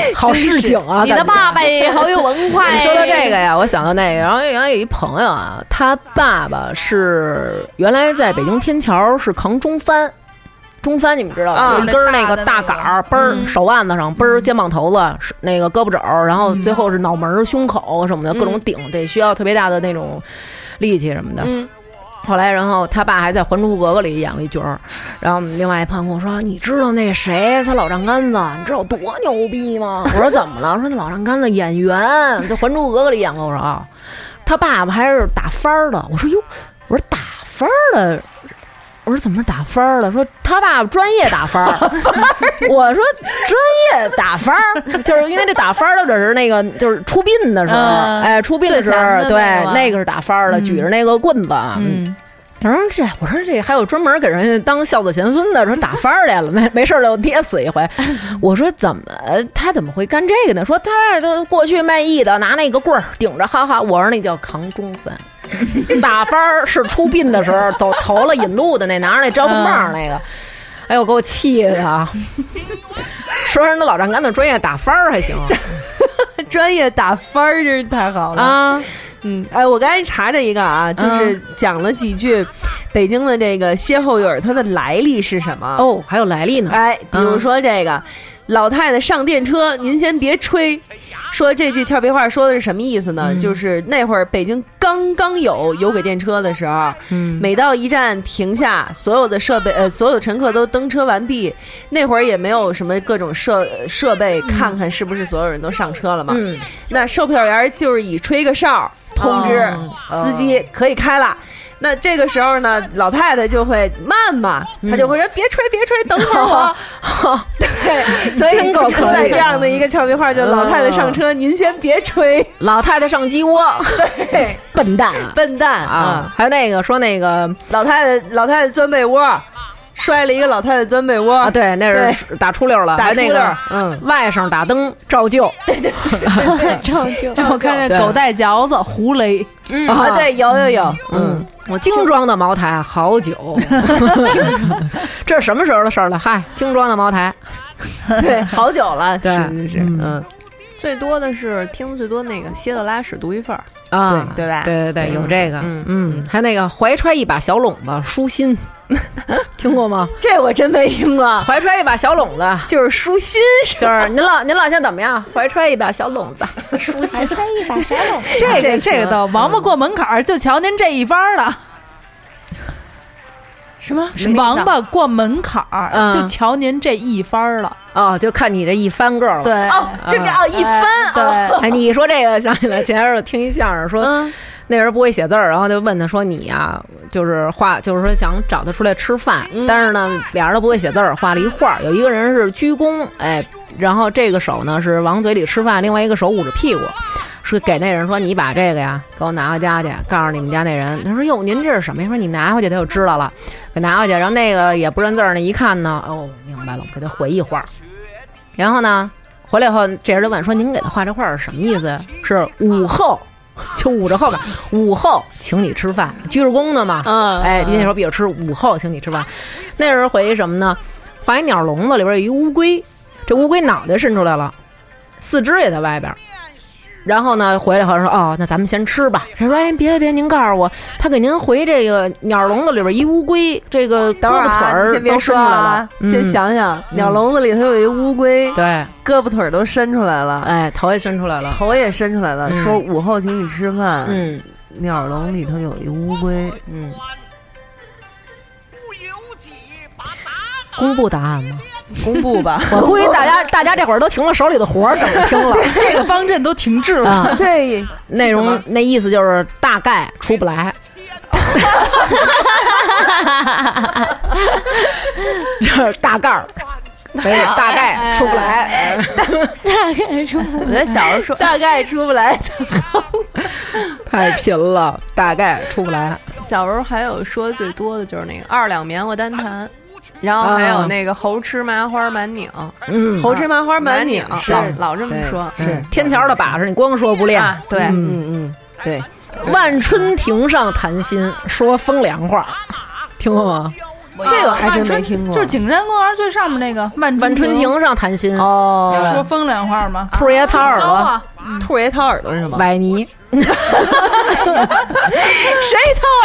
<laughs> 好市井啊！
你的
感觉
爸爸也好有文
<laughs>
化哎。
你说到这个呀，我想到那个，然后原来有一朋友啊，他爸爸是原来在北京天桥是扛中帆，中帆你们知道，
啊
就是一根儿那个大
大的那个
杆儿，嘣儿手腕子上，嘣
嗯
儿肩膀头子，是那个胳膊肘儿，然后最后是脑门儿、胸口什么的，各种顶，得需要特别大的那种力气什么的。
嗯
后来，然后他爸还在《还珠格格》里演过一角儿，然后我们另外一朋友跟我说：“你知道那谁他老丈杆子，你知道多牛逼吗？”我说：“怎么了？”说那老丈杆子演员，就《还珠格格》里演过。我说：“啊，他爸爸还是打幡儿的。”我说：“哟，我说打幡儿的。”我说怎么是打幡儿了？说他爸爸专业打幡儿， <laughs> 我说专业打幡儿，就是因为这打幡儿的只是那个就是出殡的时候，
嗯
哎，出殡的时
最强的那
候，
个
对
吧，
那个是打幡儿的，举着那个棍子，嗯，
嗯，
他说这，我说这还有专门给人家当孝子贤孙的，说打幡儿来了，没没事儿就跌死
<laughs>
一回。我说怎么他怎么会干这个呢？说他都过去卖艺的，拿那个棍儿顶着，哈哈。我说那叫扛中
<laughs>
分，打幡儿是出殡的时候走投了引路的那拿着那招风棒
嗯
儿那个。哎呦，给我气的
<laughs>
啊！说人家老丈杆子专业打幡儿还
<laughs>
行
专业打分儿真是太好了。
啊，嗯
嗯，哎，我刚才查着一个啊，就是讲了几句北京的这个歇后语儿，它的来历是什么？
哦，还有来历呢。 <laughs> 嗯
哎，比如说这个、老太太上电车，您先别吹。说这句俏皮话说的是什么意思呢？
嗯
就是那会儿北京刚刚有有轨电车的时候，
嗯
每到一站停下，所有的设备呃，所有乘客都登车完毕。那会儿也没有什么各种设设备，看看是不是所有人都上车了嘛。
嗯，
那售票员就是以吹个哨儿通知
哦
司机可以开了。那这个时候呢，老太太就会慢嘛，
嗯
她就会说：“别吹，别吹，等会儿我。” <laughs> 对，所以
真够
就出来
可以
这样的嗯一个俏皮话，就老太太上车，您先别吹， <laughs>
老太太上鸡窝，
对，
笨蛋啊！
笨蛋
<laughs>
啊！
啊，还有那个说那个
老太太，老太太钻被窝，摔了一个老太太钻被窝
啊，，对，那是打出溜了，
打
还
出
那
溜
个
儿，嗯，
外甥打灯照旧，
这我看
对
这狗带嚼子、胡雷，
啊，对，有有有，
嗯，我精装的茅台好 <laughs> 酒，这是什么时候的事儿了？嗨，精装的茅台，
嗯 <laughs> 对，好久了，
对
是是是，
嗯
嗯，
最多的是听的最多那个蝎子拉屎独一份儿，
啊，
对对吧
<laughs> 对对对，有这个，
嗯
嗯，还有那个怀揣一把小笼子舒 <laughs> 心，听过吗？
这我真没听过，
怀揣一把小笼子。
就是舒心是吧
就是您老您老现在怎么样？怀揣一把小笼子，舒心。
这个
这
这个倒，王八过门槛儿就瞧您这一班了。
什么？
王八过门槛儿，
嗯
就瞧您这一番儿了。
哦，就看你这一翻个儿了。
对，
哦，这个哦，一翻
对
哦，
<laughs> 哎，你一说这个想起来，前一阵儿听一相声，说
嗯
那人不会写字儿，然后就问他说：“你呀、就是画，就是说想找他出来吃饭，但是呢，俩人都不会写字儿，画了一画儿。有一个人是鞠躬，哎，然后这个手呢是往嘴里吃饭，另外一个手捂着屁股。”说给那人说你把这个呀给我拿回家去，告诉你们家那人。他说哟，您这是什么呀？说你拿回去他就知道了，给拿回去。然后那个也不认字儿，那一看呢，哦，明白了，给他回一画儿。然后呢，回来以后这人就问说您给他画这画儿是什么意思呀？是午后。就捂着后边，午后请你吃饭，鞠着躬的嘛。嗯，哎，那时候比较吃午后请你吃饭。那时候回一什么呢？画一鸟笼子，里边有一乌龟，这乌龟脑袋伸出来了，四肢也在外边。然后呢，回来后说哦，那咱们先吃吧。人说哎，别别，您告诉我，他给您回这个鸟笼子里边一乌龟，这个胳
等会
膊
儿
腿儿
啊，你先
都
别
伸出
说
来了
啊，，先
嗯
想想，
嗯
鸟笼子里头有一乌龟，
对，
胳膊腿儿都伸出来了，
哎，头也伸出来了，
头也伸出来了，
嗯
说午后请你吃饭，
嗯
鸟笼里头有一乌龟，
嗯，公布答案吗？
公布 <laughs> 吧
我估计大家大家这会儿都停了手里的活儿，等着听
<laughs>
了。
这个方阵都停滞了。
啊，
对，
内容那意思就是大概出不来。 <laughs> 就是大概儿，大概出不来。
我在小时候说，
<laughs> 大概出不来。
<laughs> 太贫了，大概出不来。
小时候还有说最多的就是那个二两棉花单弹，然后还有那个猴吃麻花满拧，
啊
嗯，
猴吃麻花满
拧
拧，，是
老老这么说，
是，
天桥的把式，你光说不练。
啊，对，
嗯嗯，对，
万春亭上谈心，说风凉话，听过吗？
这个还真没听过
就是景山公园最上面那个万
万
嗯
春亭上谈心，
哦，
说风凉话吗？
兔儿爷掏耳
高
朵，
啊，
兔儿爷掏耳朵是吗？
崴泥。
<laughs> 谁掏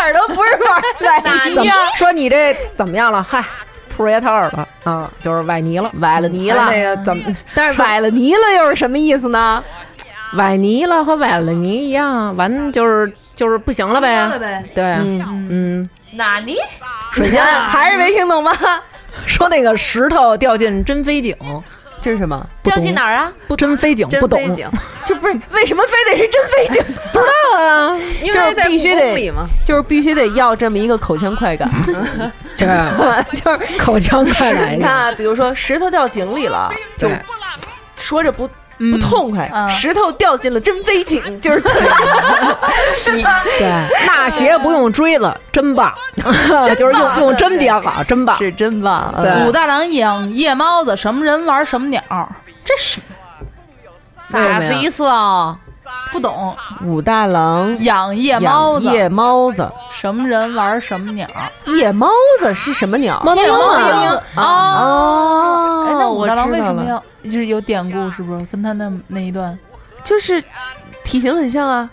耳朵不是玩 <laughs> 儿来
怎么说你这怎么样了？嗨，兔儿爷掏耳朵啊，就是崴泥了，崴了泥
了
那个怎么 <laughs>
但是崴了泥了又是什么意思呢？
崴泥了和崴了泥一样，完就是就是不行了
高
呗。
了呗。
对，嗯，
哪尼？
首先
还是没听懂吗？ <laughs>
说那个石头掉进真飞井，
这是什么？
不
掉
懂
进哪儿啊？
真飞井不
真
懂，
飞景，
就不是为什么非得是真飞井？不知道啊，
因
就是
为在
必须
故
得
宫里嘛，
<laughs> 就是必须得要这么一个口腔快 <laughs> 感，
这个
<laughs> 就是
口腔快来
你 <laughs> 看啊，比如说石头掉井里了，就
对，
说着不。不痛快，
嗯
石头掉进了真飞井，就是
<laughs>
对，纳鞋不用锥子，真棒， <laughs> 就是用用针比较好，真棒。
是真棒。
对
武大郎养夜猫子，什么人玩什么鸟，这是
啥
为什么
子
呀
意思啊？
不懂。
武大郎
养夜
养
猫子，
夜猫子，
什么人玩什么鸟，
夜猫子是什么鸟？
猫头鹰
鹰
嘛，
啊。
哦
哎，那武
我
大郎
知
为
道
什么
了，
要就是有典故是不是？跟他那那一段
就是体型很像啊。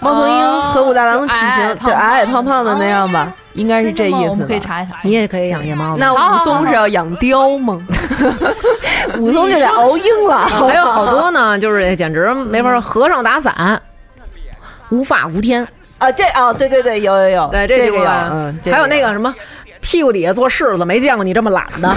猫头鹰和武大郎的体
哦
型，
就
对，
矮
矮
矮
矮
胖
胖
胖
胖
的
的那样吧，应该是
真的
这
吗
意
我
思
们可以
吧。
查一查。
你也可以养夜猫子。
那
好
武松是要养貂吗？
武松
<laughs>
就得熬鹰了，
<laughs> 还有好多呢，就是哎简直没法儿，和尚打伞，无法无天。
啊，这啊，对对对，有有有，
对，
这
就
个
是
有，
啊
嗯，这
还有那
有
个什么，屁股底下坐柿子，没见过你这么懒的，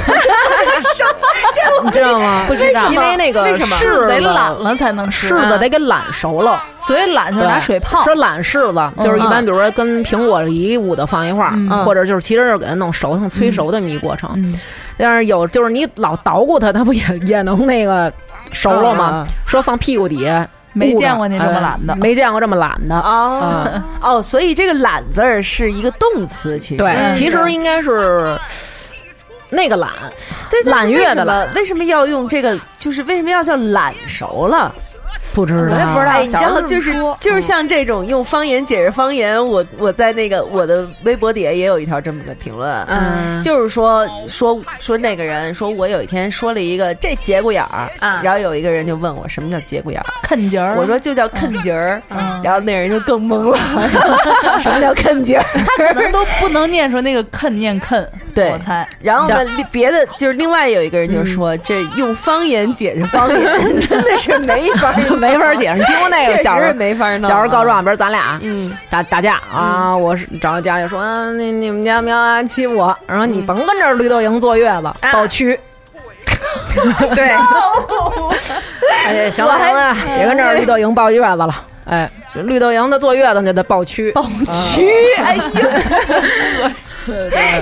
你知道吗？不知道，因为那个
为什么
柿子
得懒了才能吃？
柿子得给懒熟了，
所以懒就
对
拿水泡。
说懒柿子就是一般，比如说跟苹果一捂的放一块
嗯
儿，或者就是其实是给它弄熟，成催熟的这么一过程。
嗯，
但是有就是你老捣鼓它，它不也也能那个熟了吗？说放屁股底下，
嗯没
捂着
见过你这么懒的嗯
哎没见过这么懒的。
啊哦，所以这个“懒”字儿是一个动词，其实嗯
对，其实
对
应该是那个懒，
对对
懒月的
了
懒，
为什么要用这个？就是为什么要叫懒熟了？
不知
我也不
道。
知道
哎，你知
小时候
道
这么
就是
说嗯
就是像这种用方言解释方言，我我在那个我的微博底下也有一条这么个评论，
嗯，
就是说说说那个人说我有一天说了一个这节骨眼儿，
啊
然后有一个人就问我什么叫节骨眼儿，
嗯啃节儿。
我说就叫啃节儿，
嗯
然后那人就更懵了， <laughs> 什么叫啃节儿？
可能都不能念出那个“啃”念“啃”，
对
我猜
然后呢，别的就是另外有一个人就说这用方言解释方言真的是没法儿弄
没法解释。你听过那
确
个小
实
时
是
候
没法弄，
小时候告状，比如咱俩
嗯
打打架
嗯
啊，我是找家里说，啊你你们家喵啊欺负我，然后
嗯
你甭跟这儿绿豆蝇坐月子，
啊
抱
<laughs>
屈。
对，
<laughs> 哎，行了行了，别跟这儿绿豆蝇抱月子了，哎，就绿豆蝇它坐月子那得抱蛆，抱
蛆，哎呦，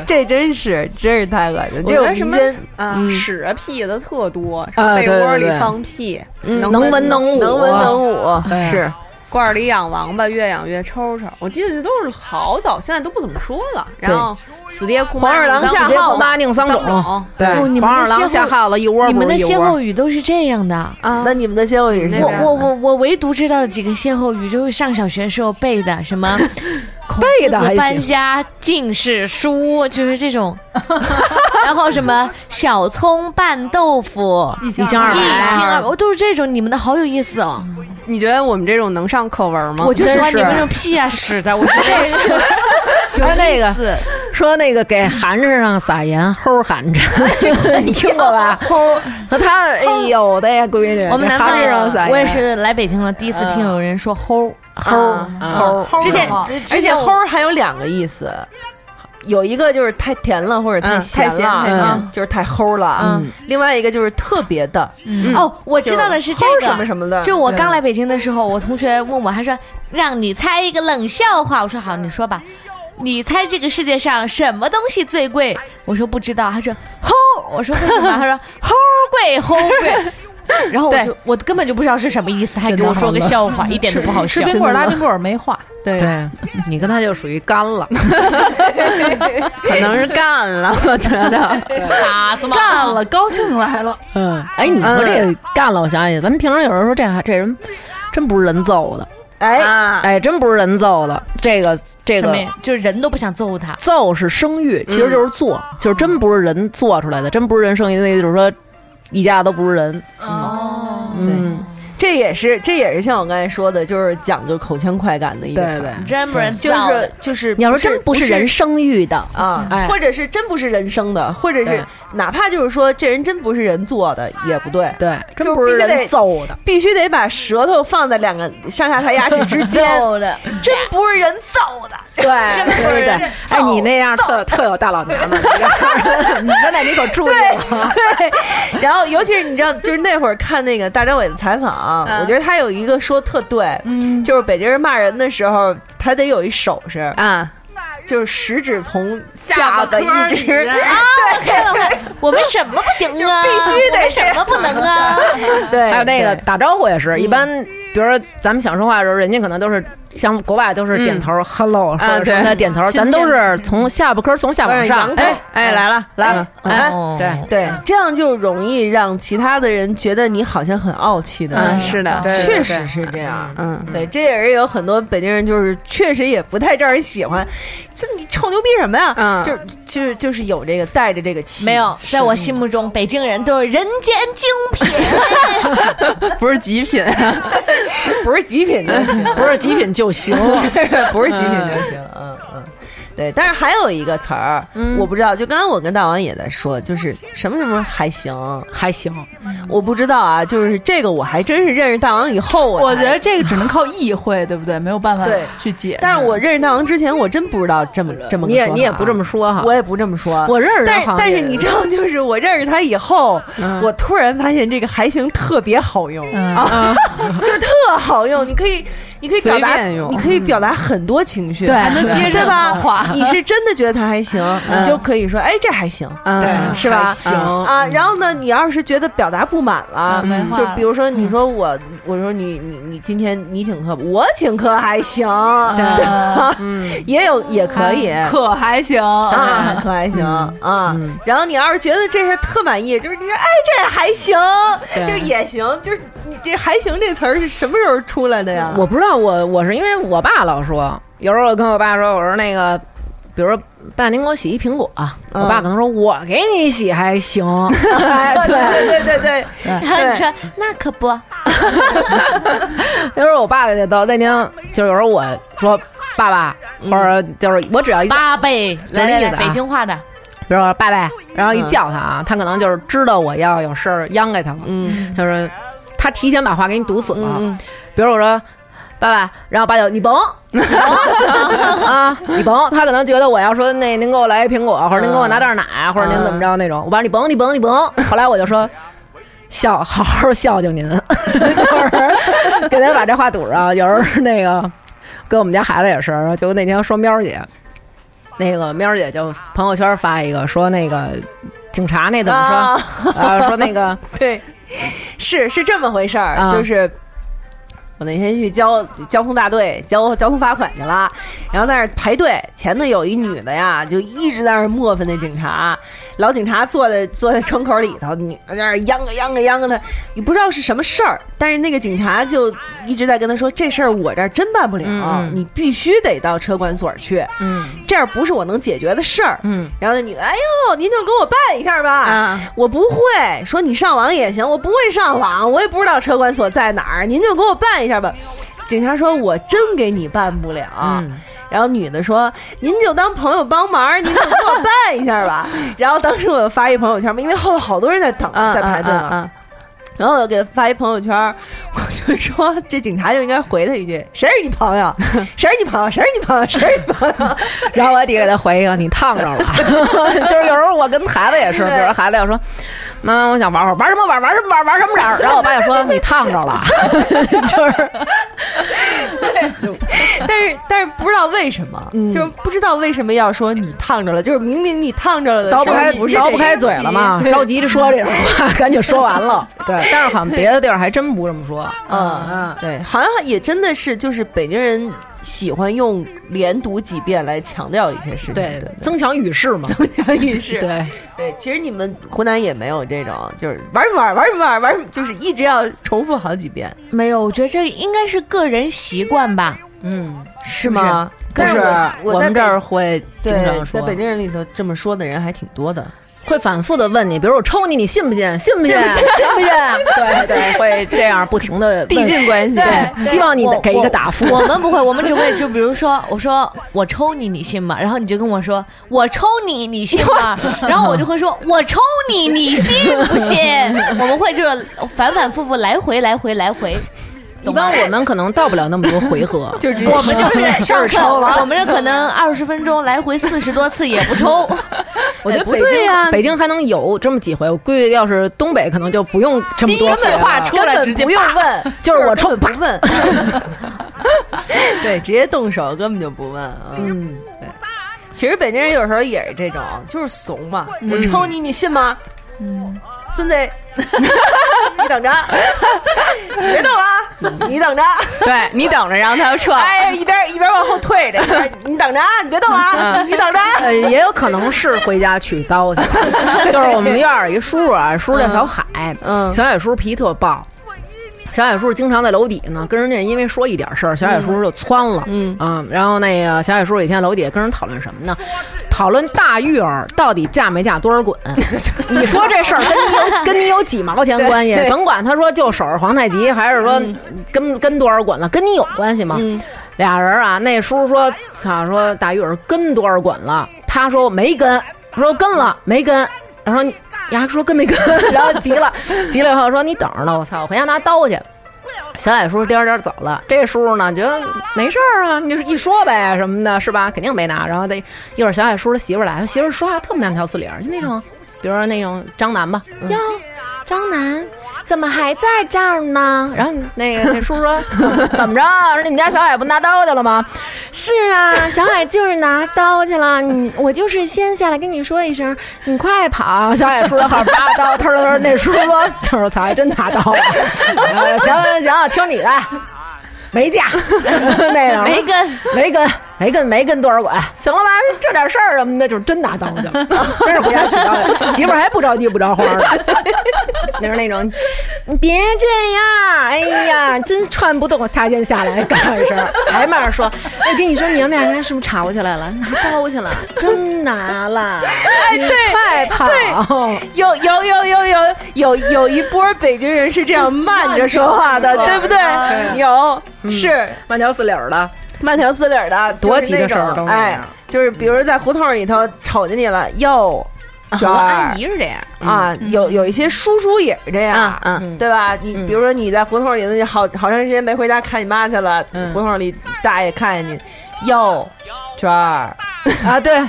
这真是真是太恶心，
我觉
这种
得什
民
么
间
啊
嗯
屎啊屁的特多，什
啊
么被
对
窝
对
里
对
放屁，
嗯
能
能
闻
闻能
武，
能闻能武
对啊
是。
罐儿里养王八，越养越抽抽。我记得这都是好早，现在都不怎么说了。然后死爹哭妈，
黄二郎下
死爹
耗
哭
子
妈
宁
丧
丧种
种，
对
哦你们
黄二
的歇
郎
后
下耗子一窝
你
不
们的
如
啊
一
歇后
窝。
语都是这样的啊
那你们的歇后语是
我
啥？
我我我唯独知道几个歇后语，就是上小学时候背的，什么
背的还
搬
行，
家尽是书，就是这种。 <laughs> 然后什么小葱拌豆腐，
一
一
清
清
二
二
白
一清
白，
二白，我都是这种。你们的好有意思哦，
你觉得我们这种能上课文吗？
我就喜欢
真是
你们这种屁啊屎的，我觉 <laughs> 得这是
哎那
有意
个
思。
说那个给寒碜上撒盐，齁寒
<laughs>
碜，你听过吧？齁，他哎呦，的呀，闺女，
我们南
寒碜上撒
方
盐，啊
我也是来北京了，第一次听有人说齁
齁齁，
齁
之前
的话
而
之
且
前
齁儿还有两个意思，有一个就是太甜了或者太
嗯太
咸
咸
了，
太
甜
嗯就是太齁了。
嗯
另外一个就是特别的，
哦，我知道的是这
齁
个
什么什么的，
就我刚来北京的时候，我同学问我，还说让你猜一个冷笑话，我说好，你说吧。你猜这个世界上什么东西最贵？我说不知道。他说齁，我说为什么？他说 <laughs> 齁贵齁贵。然后我就我根本就不知道是什么意思，还给我说个笑话，一点都不好
吃
笑。
冰棍儿拉冰棍儿没话，
对你跟他就属于干了，
可能是干了，我觉得。
傻子吗？
干了，高兴来了，
嗯，哎，你说这个干了，我想起咱们平常有人说这还这人真不是人揍的，
<laughs> 哎，
啊，
哎，真不是人揍的，这个这
嗯什
个
么呀？就是人都不想揍他。
揍是生
嗯
育，其实就是做，就是真不是人做出来的，真不是人生育，那就是说一家都不是人，
哦，
嗯，这也是这也是像我刚才说的，就是讲究口腔快感的一个词儿，
真不人
就
造的
是就是
你要说真不是人生育的，
啊
哎，
或者是真不是人生的，或者是
对
哪怕就是说这人真不是人做的也不对，
对，
就
真不是
必须得
人揍的，
必须得把舌头放在两个上下排牙齿之
<laughs>
间，
揍的，
真不是人揍的。
对，
真不是
对
人
对。哎，你那样特特有大老娘们儿， <laughs> 你刚才你可注意了，
<laughs> 对，然后尤其是你知道，就是那会儿看那个大张伟的采访啊、我觉得他有一个说特对，就是北京人骂人的时候，他得有一手势，
啊，
就是食指从下巴一直，
<laughs>
啊，
我看了看，哦 <laughs> 我们什么不行啊？必
须得
我们什么不能
<laughs>
啊？
对，
还有那个
哎对
打招呼也是，一般，比如说咱们想说话的时候，人家可能都是像国外都是点头，hello，或者
对
什么的点头，咱都是从下巴颏儿从下往上
或，者
哎
扬
哎哎，来了来了，
哎，
哦
对。
对，这样就容易让其他的人觉得你好像很傲气的
嗯，
样子，
是的，
对
确实是这样。
嗯，
对，这也是有很多北京人，就是确实也不太招人喜欢。就你臭牛逼什么呀？
嗯
就是就是就是有这个带着这个气，
没
哦
有，在我心目中，北京人都是人间精品。
不是极品，
不是极品的，
<laughs> 不是极品就
<laughs>
行
不是极品就行。嗯嗯，对。但是还有一个词儿，
嗯
我不知道，就刚刚我跟大王也在说，就是什么什么还行，
还行。
我不知道啊，就是这个我还真是认识大王以后我，
我觉得。这个只能靠意会，对不对？没有办法
对
去解释。
但是我认识大王之前，我真不知道这么这么个
你也
说法啊
你也不这么说哈，
我也不这么说。
我认识
但
人
是
好像
但
也
是你知道，就是我认识他以后，
嗯
我突然发现这个还行特别好用，啊，就特好用。你可以，你可以表达，
嗯随便用
你可以表达很多情绪，
对还能接
对
任
吧
何话？
你是真的觉得他还行，你就可以说，哎，这还行。
嗯，
是吧？
还行
啊，然后呢，你要是觉得表达不满
嗯
了，
没话
就比如说你说我，我说你你你今天你请客吧，我请客还行，对吧？
嗯
也有也可以，
可还行
啊，可还行啊。然后你要是觉得这事儿特满意，就是你说哎，这还行，
对
就是也行，就是你这还行这词儿是什么时候出来的呀？
我不知道，我我是因为我爸老说，有时候我跟我爸说，我说那个，比如说爸，您给我洗一苹果，我爸可能说我给你洗还行，
哎， <laughs> 对对对对
然后你
对，
说那可不，
有时候我爸也到那天，就有时候我说爸爸，或者就是我只要一叫，
八倍，来来
意
来，
思啊
北京话的，
比如说爸爸，然后一
嗯
叫他啊，他可能就是知道我要有事儿央给他了，
嗯
就是他提前把话给你堵死了。
嗯
比如我说爸爸，然后爸就你
<laughs>
甭，你甭啊，你甭，他可能觉得我要说那您给我
嗯
来一苹果，或者您给我拿袋奶，或者您怎么着那种，我爸说你甭你甭你甭，后来我就说。孝好好孝敬
<laughs>
您，就是给他把这话堵上。有时候那个跟我们家孩子也是，然后结果那天说喵儿姐，那个喵儿姐就朋友圈发一个说那个警察那怎么说？啊，说那个
<laughs> 对，是是这么回事儿，
啊
就是。我那天去交交通大队交交通罚款去了，然后在那儿排队，前头有一女的呀，就一直在那儿磨蹭那警察，老警察坐在坐在窗口里头，你在那儿央个央个央个的，你不知道是什么事儿，但是那个警察就一直在跟他说，这事儿我这儿真办不了，你必须得到车管所去，嗯，这儿不是我能解决的事儿，嗯，然后那女的，哎呦，您就给我办一下吧，我不会，说你上网也行，我不会上网，我也不知道车管所在哪儿，您就给我办一下吧。警察说：“我真给你办不了。然后女的说：“您就当朋友帮忙，您就给我办一下吧。”然后当时我就发一朋友圈嘛，因为后头好多人在等，
嗯
在排队嘛。然后我就给他发一朋友圈，我就说这警察就应该回他一句：“谁是你朋友？谁是你朋友？谁是你朋友？谁是你朋友？”
然后我底下给他回一个：“你烫着了。”就是有时候我跟孩子也是，比如说孩子要说：“妈，我想玩会儿，玩什么玩？玩什么玩？玩什么玩？”然后我爸就说：“你烫着了。”就是
<laughs> 但是但是不知道为什么，
嗯
就是不知道为什么要说你烫着了，就是明明你烫着了的时候，
倒不开
不是
倒不
这
开
个
嘴了嘛，着急着说这种话，赶紧说完了。对，但是好像别的地儿还真不这么说。
嗯
嗯，
对，好像也真的是，就是北京人喜欢用连读几遍来强调一些事情，
对，增强语势嘛。
增强语势。
对，
对，其实你们湖南也没有这种，就是玩什么玩玩什么玩玩什么，就是一直要重复好几遍，
没有，我觉得这应该是个人习惯吧，
嗯，
是不
吗？
是？
就
但
是
是我
我
在
们
北
这儿会经
对
常，说
在，北京人里头这么说的人还挺多的。
会反复的问你，比如我抽你，你信不信？信不信？信
<laughs>
不信？对对，会这样不停的
递进关系。
对，希望你
我
给一个答复。
我我们不会，我们只会就比如说，我说我抽你，你信吗？然后你就跟我说我抽你，你信
<laughs>
吗？然后我就会说我抽你，你信不信？ <laughs> 我们会就是反反复复来回来回来回。
一般我们可能到不了那么多回合， <laughs> 就
我
我们就是 <laughs> 上课，我们这可
<laughs>
能二十分钟来回四十多次也不抽。哎
我觉得
不
北
对
京、
呀
北京还能有这么几回，我估计要是东北可能就不用这么
第一
多
句
回了
话出来直接
不用
<laughs>
问，
就是我冲
根本不问，对，直接动手根本就不问。嗯，对。其实北京人有时候也是这种，就是怂嘛。我抽你，你信吗？嗯，孙子， <laughs> 你等着， <laughs> 你别动了啊，你等着。
对你等着，然后他就撤了。
哎，一边一边往后退着，一边你等着啊，你别动了啊，
嗯
你等着啊。
<laughs> 呃，也有可能是回家取刀去了，
<laughs>
就是我们院儿一叔叔啊，叔叔叫小海，
嗯
小海叔叔脾气特暴。小海叔叔经常在楼底下呢，跟人家因为说一点事儿，小海叔叔就窜了。嗯啊，然后那个小海叔叔有一天楼底下跟人讨论什么呢？讨论大玉儿到底嫁没嫁多
<laughs>
少滚？你说这事儿跟你有跟你有几毛钱关系？甭管他说就守着皇太极，还是说跟跟多少滚了，跟你有关系吗？俩人啊，那叔叔说，操，说大玉儿跟多少滚了？他说没跟，说跟了没跟，然后你你还说跟没跟， <laughs> 然后急了，急了以后说你等着呢，我操，我回家拿刀去。小矮叔颠儿颠儿走了，这叔叔呢觉得没事儿啊，你就是一说呗什么的，是吧？肯定没拿。然后得一会儿小矮叔的媳妇儿来，他媳妇儿说话特别慢条斯理儿，就那种，比如说那种张楠吧，嗯哟、张楠怎么还在这儿呢？然后那个那叔叔 <laughs> 说怎么着？说你们家小矮不拿刀去了吗？是啊，小矮就是拿刀去了。你我就是先下来跟你说一声，你快跑！小矮叔在后边拔刀，他说那叔叔说，他说操，还真拿刀 <laughs> 了。呃行行行，听你的，没 <laughs> 架，那个
没跟
没跟没跟没跟多少管，行了吧？这点事儿什么的，就是真拿刀去 <laughs> 了，真是回家取刀去了。媳妇儿还不着急不着慌的， <laughs> 就是那种，你别这样，哎呀，真穿不动，擦肩下来干一声，还骂着说，我跟你说，你们俩人是不是吵起来了？拿刀去了，真拿了，哎，对，快跑！
有有有有有有有一波北京人是这样慢着说话的，对不对？有是
慢条斯理儿的，
慢条斯理儿的，
多
就是
急的
那
事儿
种
都是那
哎
样，
就是比如在胡同里头瞅见你了，哟，娟
我
儿
啊阿姨是这样，
啊，有有一些叔叔也是这样，
嗯
对吧？你比如说你在胡同里头，你好好长时间没回家看你妈去了，
嗯
胡同里大爷看见你，哟，娟儿，
啊，对，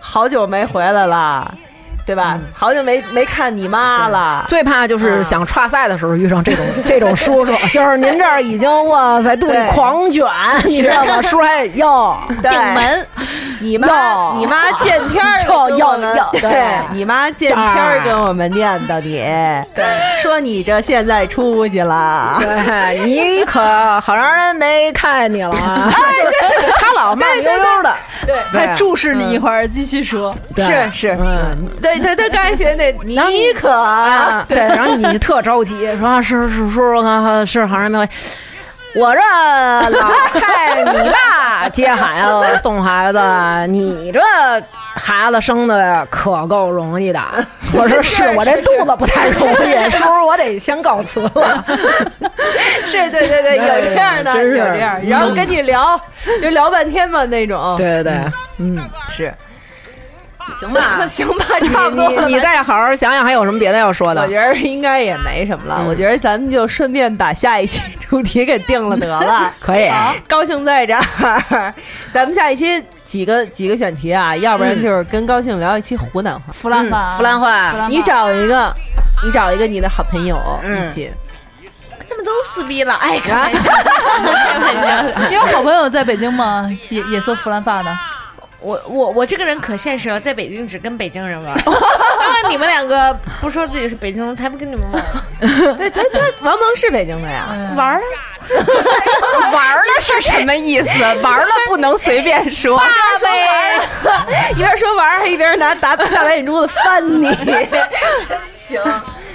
好久没回来了，对
嗯
吧？好久没没看你妈了，
最怕就是想岔赛的时候遇上这
<laughs>
种这种叔叔，
啊就是您这儿已经哇塞肚里
对
狂卷，你知道吗？叔还
<laughs>
哟，
对
顶门，
你妈
哟
你妈见
<laughs>
天儿跟
哟
我们
哟，
对
对
你妈见天儿跟我们念叨你，对，说你这现在出息了。
对你可好让人没看你了
<laughs>
啊！
哎
他老慢悠悠的，
对
对
啊
他注视
嗯
你一会儿，继续说。
对
是是，
嗯，
对他他刚才
<laughs>
学那你可
啊，对，然后你就特着急，说啊是是叔叔，啊是好像没有。我这老看你爸接孩子、送孩子，你这孩子生的可够容易的。
我说是我这肚子不太容易，叔叔我得先告辞了。
是，对对对，有这样的，有这样，然后跟你聊，就聊半天嘛那种。
对对对，
是，，
行吧
行吧，差不多
你
了。
你你再好好想想，还有什么别的要说的
我？觉得应该也没什么了，
嗯
我觉得咱们就顺便把下一期主题给定了得
<laughs>
了。
可以，
<laughs> 高兴在这儿，咱们下一期几个几个选题啊，要不然就是跟高兴聊一期湖南话。
弗兰吧，
嗯弗嗯兰话
弗兰
你找一个，你找一个你的好朋友一起，
他们都撕逼了，哎，开玩笑，
你有好朋友在北京吗？也也做弗兰发的，
我我我这个人可现实了，在北京只跟北京人玩 <laughs> 儿。刚刚你们两个不说自己是北京人，才不跟你们玩儿。
对对对，王蒙是北京的呀，啊
玩儿
嗯 <laughs> 玩了是什么意
<laughs>
思？玩了不能随便说。
<laughs> 一边说玩儿还一边拿大大白眼珠子翻
<laughs>
你，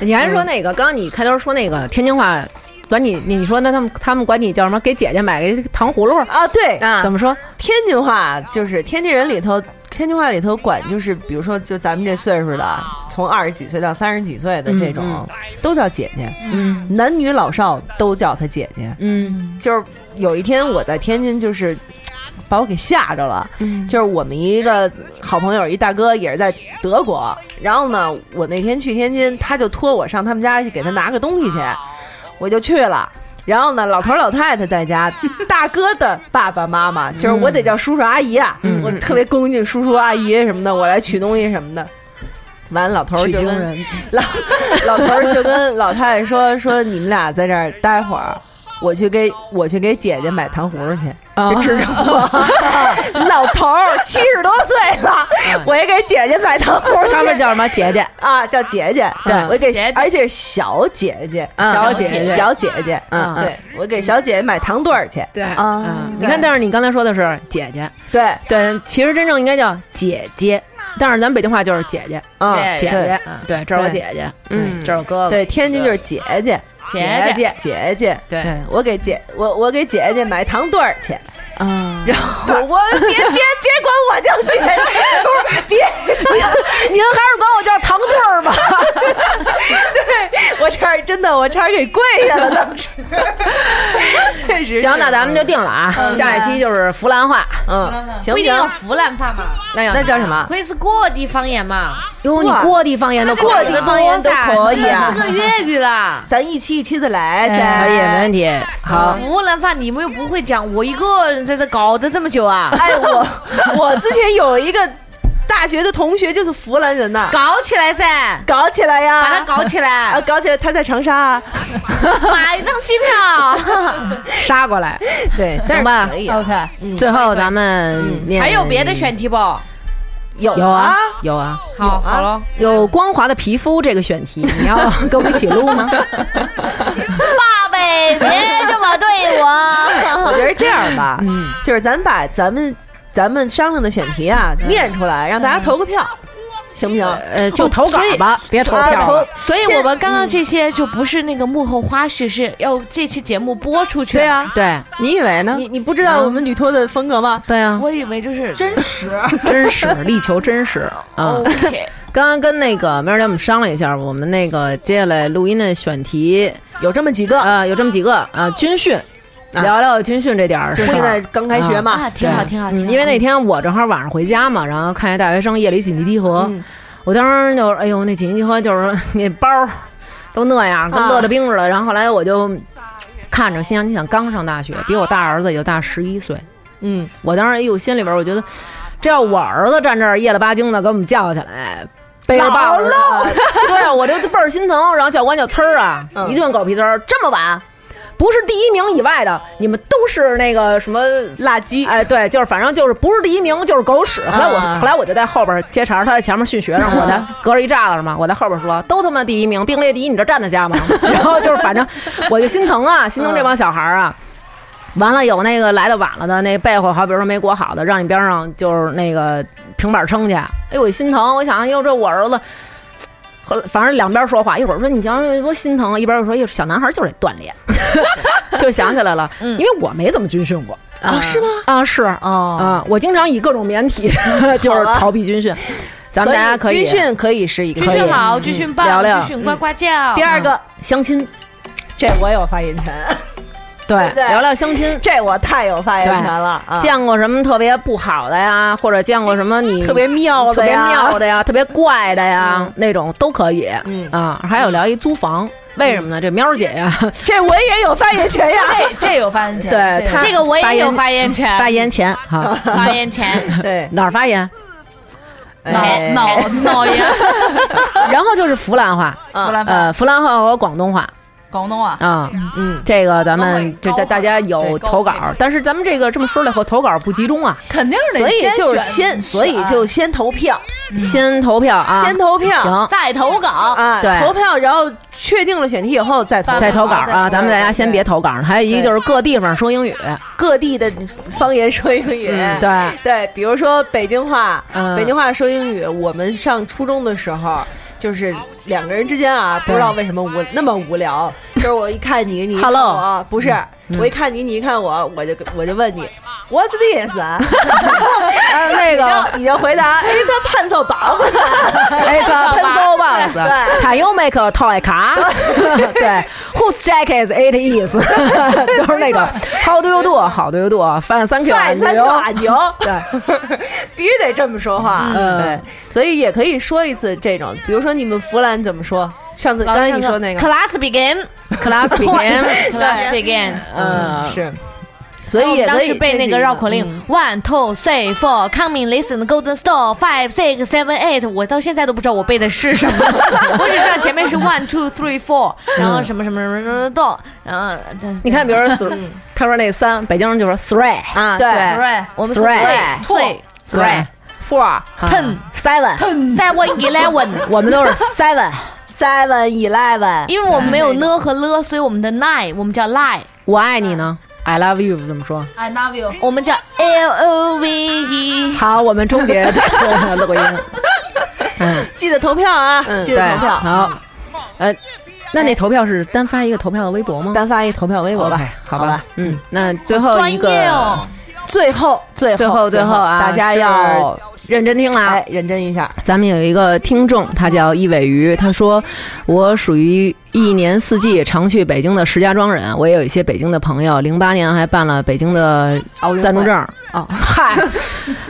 你还说那个，刚刚你开头说那个天津话，管你你说那他们他们管你叫什么？给姐姐买个糖葫芦儿
啊，对，
怎么说？
天津话就是天津人里头，天津话里头管就是，比如说就咱们这岁数的，从二十几岁到三十几岁的这种，
嗯
都叫姐姐，
嗯
男女老少都叫她姐姐。
嗯
就是有一天我在天津，就是把我给吓着了。
嗯
就是我们一个好朋友，一大哥也是在德国。然后呢，我那天去天津，他就托我上他们家去给他拿个东西去，
啊
我就去了。然后呢，老头儿老太太
<laughs>
在家，大哥的爸爸妈妈，就是我得叫叔叔阿姨啊，
嗯
我特别恭敬叔叔阿姨什么的，我来取东西什么的。完，老头儿就跟老 <laughs> 老头儿就跟老太太说说你们俩在这儿待会儿，我去给我去给姐姐买糖葫芦去。
啊
就指着
<laughs>
我，老头儿七十多岁了，我也给姐姐买糖葫芦
嗯
去。
他们叫什么？姐姐
啊，叫姐姐，
对
我
姐
给
姐，
而且是小姐姐，
嗯小姐姐
小姐姐，
嗯
对我给小姐姐买糖对儿去，
<laughs> 对
啊
嗯你看，但是你刚才说的是姐姐，
对，
对，其实真正应该叫姐姐，但是咱北京话就是姐姐，
嗯，
姐
对
姐，嗯对，这是我姐姐，嗯，这是我哥哥，
对，天津就是姐姐，
姐姐
姐姐，嗯
对
我给姐我我给姐姐买糖对儿去，
啊，
然后我别别别管我叫姐姐，别，
您还是管我叫糖对儿
<laughs>
吧。
我差点真的我差点给跪下了，当时，确实是
行，那咱们就定了啊，下一期就是弗兰话。
嗯，行
不一定要
行，
湖南话嘛，
那样
那叫什么？
可以是各地方言嘛，
哟，你
哇
各地方言都可以哎
地方言都可以啊
这个粤语啦。
咱一期一期的来，
可以，哎没
咱
问题。好，
湖南话你们又不会讲，我一个人在这搞得这么久啊，
哎，我 <laughs> 我之前有一个大学的同学就是湖南人呐，
搞起来
啊
噻，
搞起来呀，
把它搞起
啊，
来，
搞起来，他在长沙
<laughs>
啊，
买一张机票。
杀过来。
对，但
行
是
吧哦
可以啊，嗯
，OK，
最后咱们念
还有别的选题不？
有
有啊，有啊，
好，好了，
有光滑的皮肤这个选题，
<laughs>
你要跟我一起录吗？
爸呗，别这么对
啊
我。
我觉得这样吧，
嗯
就是咱把咱们咱们商量的选题啊念出来，让大家投个票，行不行？
嗯呃，就投稿吧，
<laughs>
别投
啊
票了。
投
<laughs> 所以我们
嗯
刚刚这些就不是那个幕后花絮，是要这期节目播出去。
对，啊，
对，你以为呢？
你你不知
嗯
道我们女托的风格吗？
<laughs>
对啊，
我以为就是真
真实，力求真实啊！
OK，
<laughs> 刚刚跟那个梅儿姐我们商量一下，我们那个接下来录音的选题
有这么几个，
啊，有这么几个啊，军训，聊聊军训这点儿事
就
儿。
现在刚开学嘛
啊，，挺好，挺好，挺
嗯，
好。
因为那天我正好晚上回家嘛，然后看见大学生夜里紧急集合，
嗯
我当时就是，哎呦，那紧急集合就是 <laughs> 那包儿都那样，跟
啊
乐的冰似的。然后后来我就看着，心想，你想刚上大学，比我大儿子也就大十一岁，
嗯，
我当时哎呦，心里边我觉得，这要我儿子站这儿夜了吧唧的给我们叫起来，
背着包
老
呃
漏， <laughs> 对啊我就倍儿心疼。然后教官就呲儿啊，一顿狗屁呲儿，这么晚。不是第一名以外的，你们都是那个什么
垃圾，
哎，对，就是反正就是不是第一名就是狗屎。后来我、
啊
后来我就在后边接茬儿，他在前面训学生，我在隔着一栅栏嘛，我在后边说，都他妈第一名，并列第一，你这站得下吗？然后就是反正我就心疼啊，心疼这帮小孩儿啊。完了，有那个来的晚了的，那被子好，比如说没裹好的，让你边上就是那个平板撑去。哎呦，我心疼，我想，哟，这我儿子，后来反正两边说话，一会儿说你瞧多心疼啊，一边又说，哟，小男孩就得锻炼， <laughs> 就想起来了，
嗯
因为我没怎么军训过。啊，是吗？啊，是哦，啊，我经常以各种免体 <laughs> 就是逃避
<laughs>
军训，咱们大家可以
军训可啊以嗯是一个
军训好，军训棒，
聊聊
军训呱呱叫。
嗯第
嗯
二个
相亲，
这我有发言权，
对
对不对
聊聊相亲， <laughs>
这我太有发言权了啊！
见过什么特别不好的呀，或者见过什么你
<laughs> 特别妙
嗯特
的
别
呀，嗯
妙的
<laughs>
呀，特别怪的呀，那种都可以。啊，还有聊一租房，为什么呢？这喵儿姐呀，
这我也有发言权呀。
嗯
这这有发言权，
对
这
她
有
这个我也有
发
发言权，
发言
<laughs>
前哈，
发言权，
对，
哪儿发言？
<laughs> 哎
脑脑脑炎，
然后就是湖南话，
嗯
弗兰
呃，湖南话和广东话
广东话，
啊，嗯，这个咱们这
高
大
会
大家有
对高
投稿
会，
但是咱们这个这么说了以后，投稿不集中啊，
肯定是得
所以就是
先选，
所
啊
以就先投票，
先投票啊，
先投票
行，
再投稿。
啊，
哦对
投票，然后确定了选题以后再投，
再投稿
再投
啊，
稿
咱们大家先别投稿了。还有一个就是各地方说英语，
各地的方言说英语，
嗯对，
对，比如说北京话，
嗯
北京话说英语。我们上初中的时候，就是两个人之间啊，不知道为什么无那么无聊，就是我一看你，你一看
Hello 嗯
我不是，我一看你，你一看我，我就我就问你 What's this？啊
呃那个
你就
<laughs>
回答哎 It's a pencil box。
It's a pencil box. Can you make a toy car? 对，Whose jacket it is？都是那个 How do you do? How do you do? Fine, thank you.
快
and
三
you
瓦
<laughs>
牛，对， <laughs> 必须得这么说话。
嗯
对，所以也可以说一次这种，比如说你们弗兰怎么说？上次刚才你说那个，
class begin，class
Class begin.
begin。
嗯，
是
所以也
当
可
时
以
背那个绕口令
嗯
：one two three four coming listen golden store five six seven eight。我到现在都不知道我背的是什么， <laughs> 我只知道前面是 one two three four，然后什么什么什么什么到，然后
嗯你看，比如说 three，他说那三，北京人就说 three
啊
对
对，我们
Three
three
three
four
ten 啊
<laughs>
seven，
seven eleven。
<laughs> 我们都是 seven
seven eleven。
因为我们没有呢和了，所以我们的 nine 我们叫 lie，
我爱你呢，I love you 怎么说？
I love you，
我们叫 l o v e。
好，我们终结这次的录音。嗯，
记得投票啊！
对，
记得投票，
好，呃，那那投票是单发一个投票的微博吗？
单发一投票微博吧
OK，，好
吧。
吧，嗯，那最后一
专业
个
哦，
最后，最后，
最后最后啊，
大家要
是认真听了啊
哎。认真一下。
咱们有一个听众，他叫一尾鱼，他说我属于一年四季常去北京的石家庄人，我也有一些北京的朋友，零八年还办了北京的暂住证啊，嗨，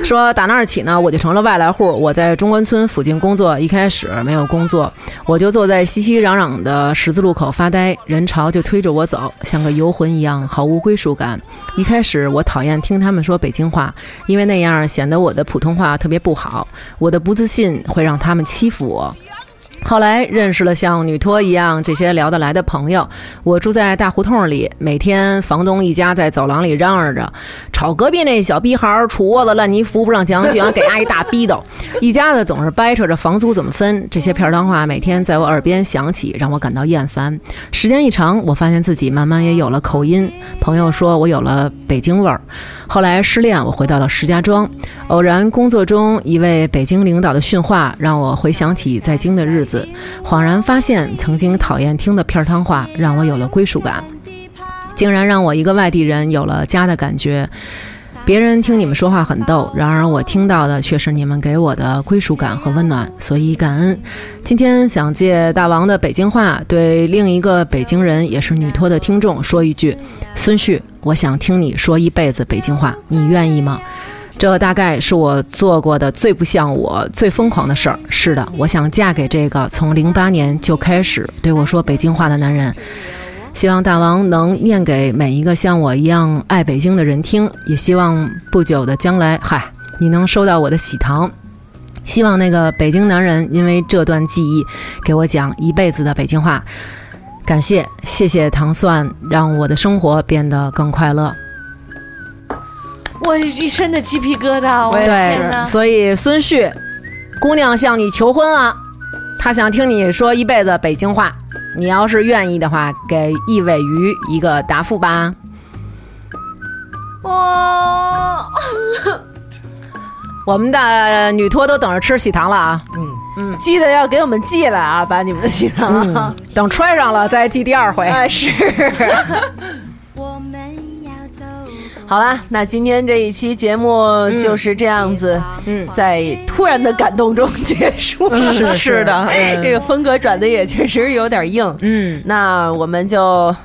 说打那儿起呢，我就成了外来户，我在中关村附近工作，一开始没有工作，我就坐在熙熙攘攘的十字路口发呆，人潮就推着我走，像个游魂一样，毫无归属感。一开始我讨厌听他们说北京话，因为那样显得我的普通话特别不好，我的不自信会让他们欺负我。后来认识了像女托一样这些聊得来的朋友。我住在大胡同里，每天房东一家在走廊里嚷嚷着，吵隔壁那小逼孩儿杵窝子烂泥扶不上墙，就想给他一大逼斗。 <laughs> 一家子总是掰扯着房租怎么分，这些片儿汤话每天在我耳边响起，让我感到厌烦。时间一长，我发现自己慢慢也有了口音。朋友说我有了北京味儿。后来失恋，我回到了石家庄。偶然工作中一位北京领导的训话，让我回想起在京的日子，恍然发现曾经讨厌听的片儿汤话，让我有了归属感，竟然让我一个外地人有了家的感觉。别人听你们说话很逗，然而我听到的却是你们给我的归属感和温暖，所以感恩。今天想借大王的北京话，对另一个北京人也是女托的听众说一句：孙旭，我想听你说一辈子北京话，你愿意吗？这大概是我做过的最不像我、最疯狂的事儿。是的，我想嫁给这个从零八年就开始对我说北京话的男人。希望大王能念给每一个像我一样爱北京的人听，也希望不久的将来，嗨，你能收到我的喜糖。希望那个北京男人因为这段记忆，给我讲一辈子的北京话。感谢，谢谢糖蒜，让我的生活变得更快乐。
我一身的鸡皮疙瘩，我的天
对，
哪！
所以孙旭，姑娘向你求婚了，她想听你说一辈子北京话。你要是愿意的话，给易尾鱼一个答复吧。
哇，
我们的女托都等着吃喜糖了啊！
记得要给我们寄来啊，把你们的喜糖啊。
等揣上了再记第二回。
<laughs> 哎，是。好啦，那今天这一期节目就是这样子，嗯，在突然的感动中结束 <laughs> 了。
是是的嗯
这个风格转的也确实有点硬。
嗯，
那我们就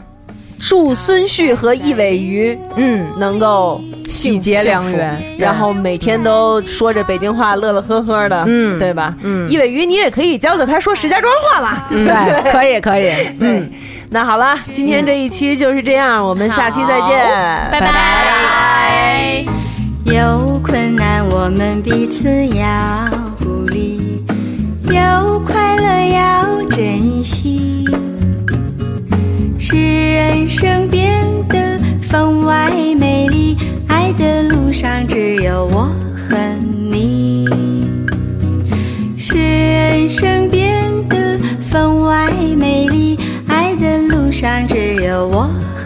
祝孙旭和易尾鱼，
嗯，
能够
喜结良缘
幸福然后每天都说着北京话，乐乐呵呵的，
嗯
对吧？
嗯
易尾鱼，你也可以教教他说石家庄话吧。
嗯对，可以可以，嗯，
那好了，今天这一期就是这样，我们下期再见，
拜拜。
有困难我们彼此要鼓励，有快乐要珍惜，使人生变得分外美丽。爱的路上只有我和你，使人生变得分外美丽。爱的路上只有我和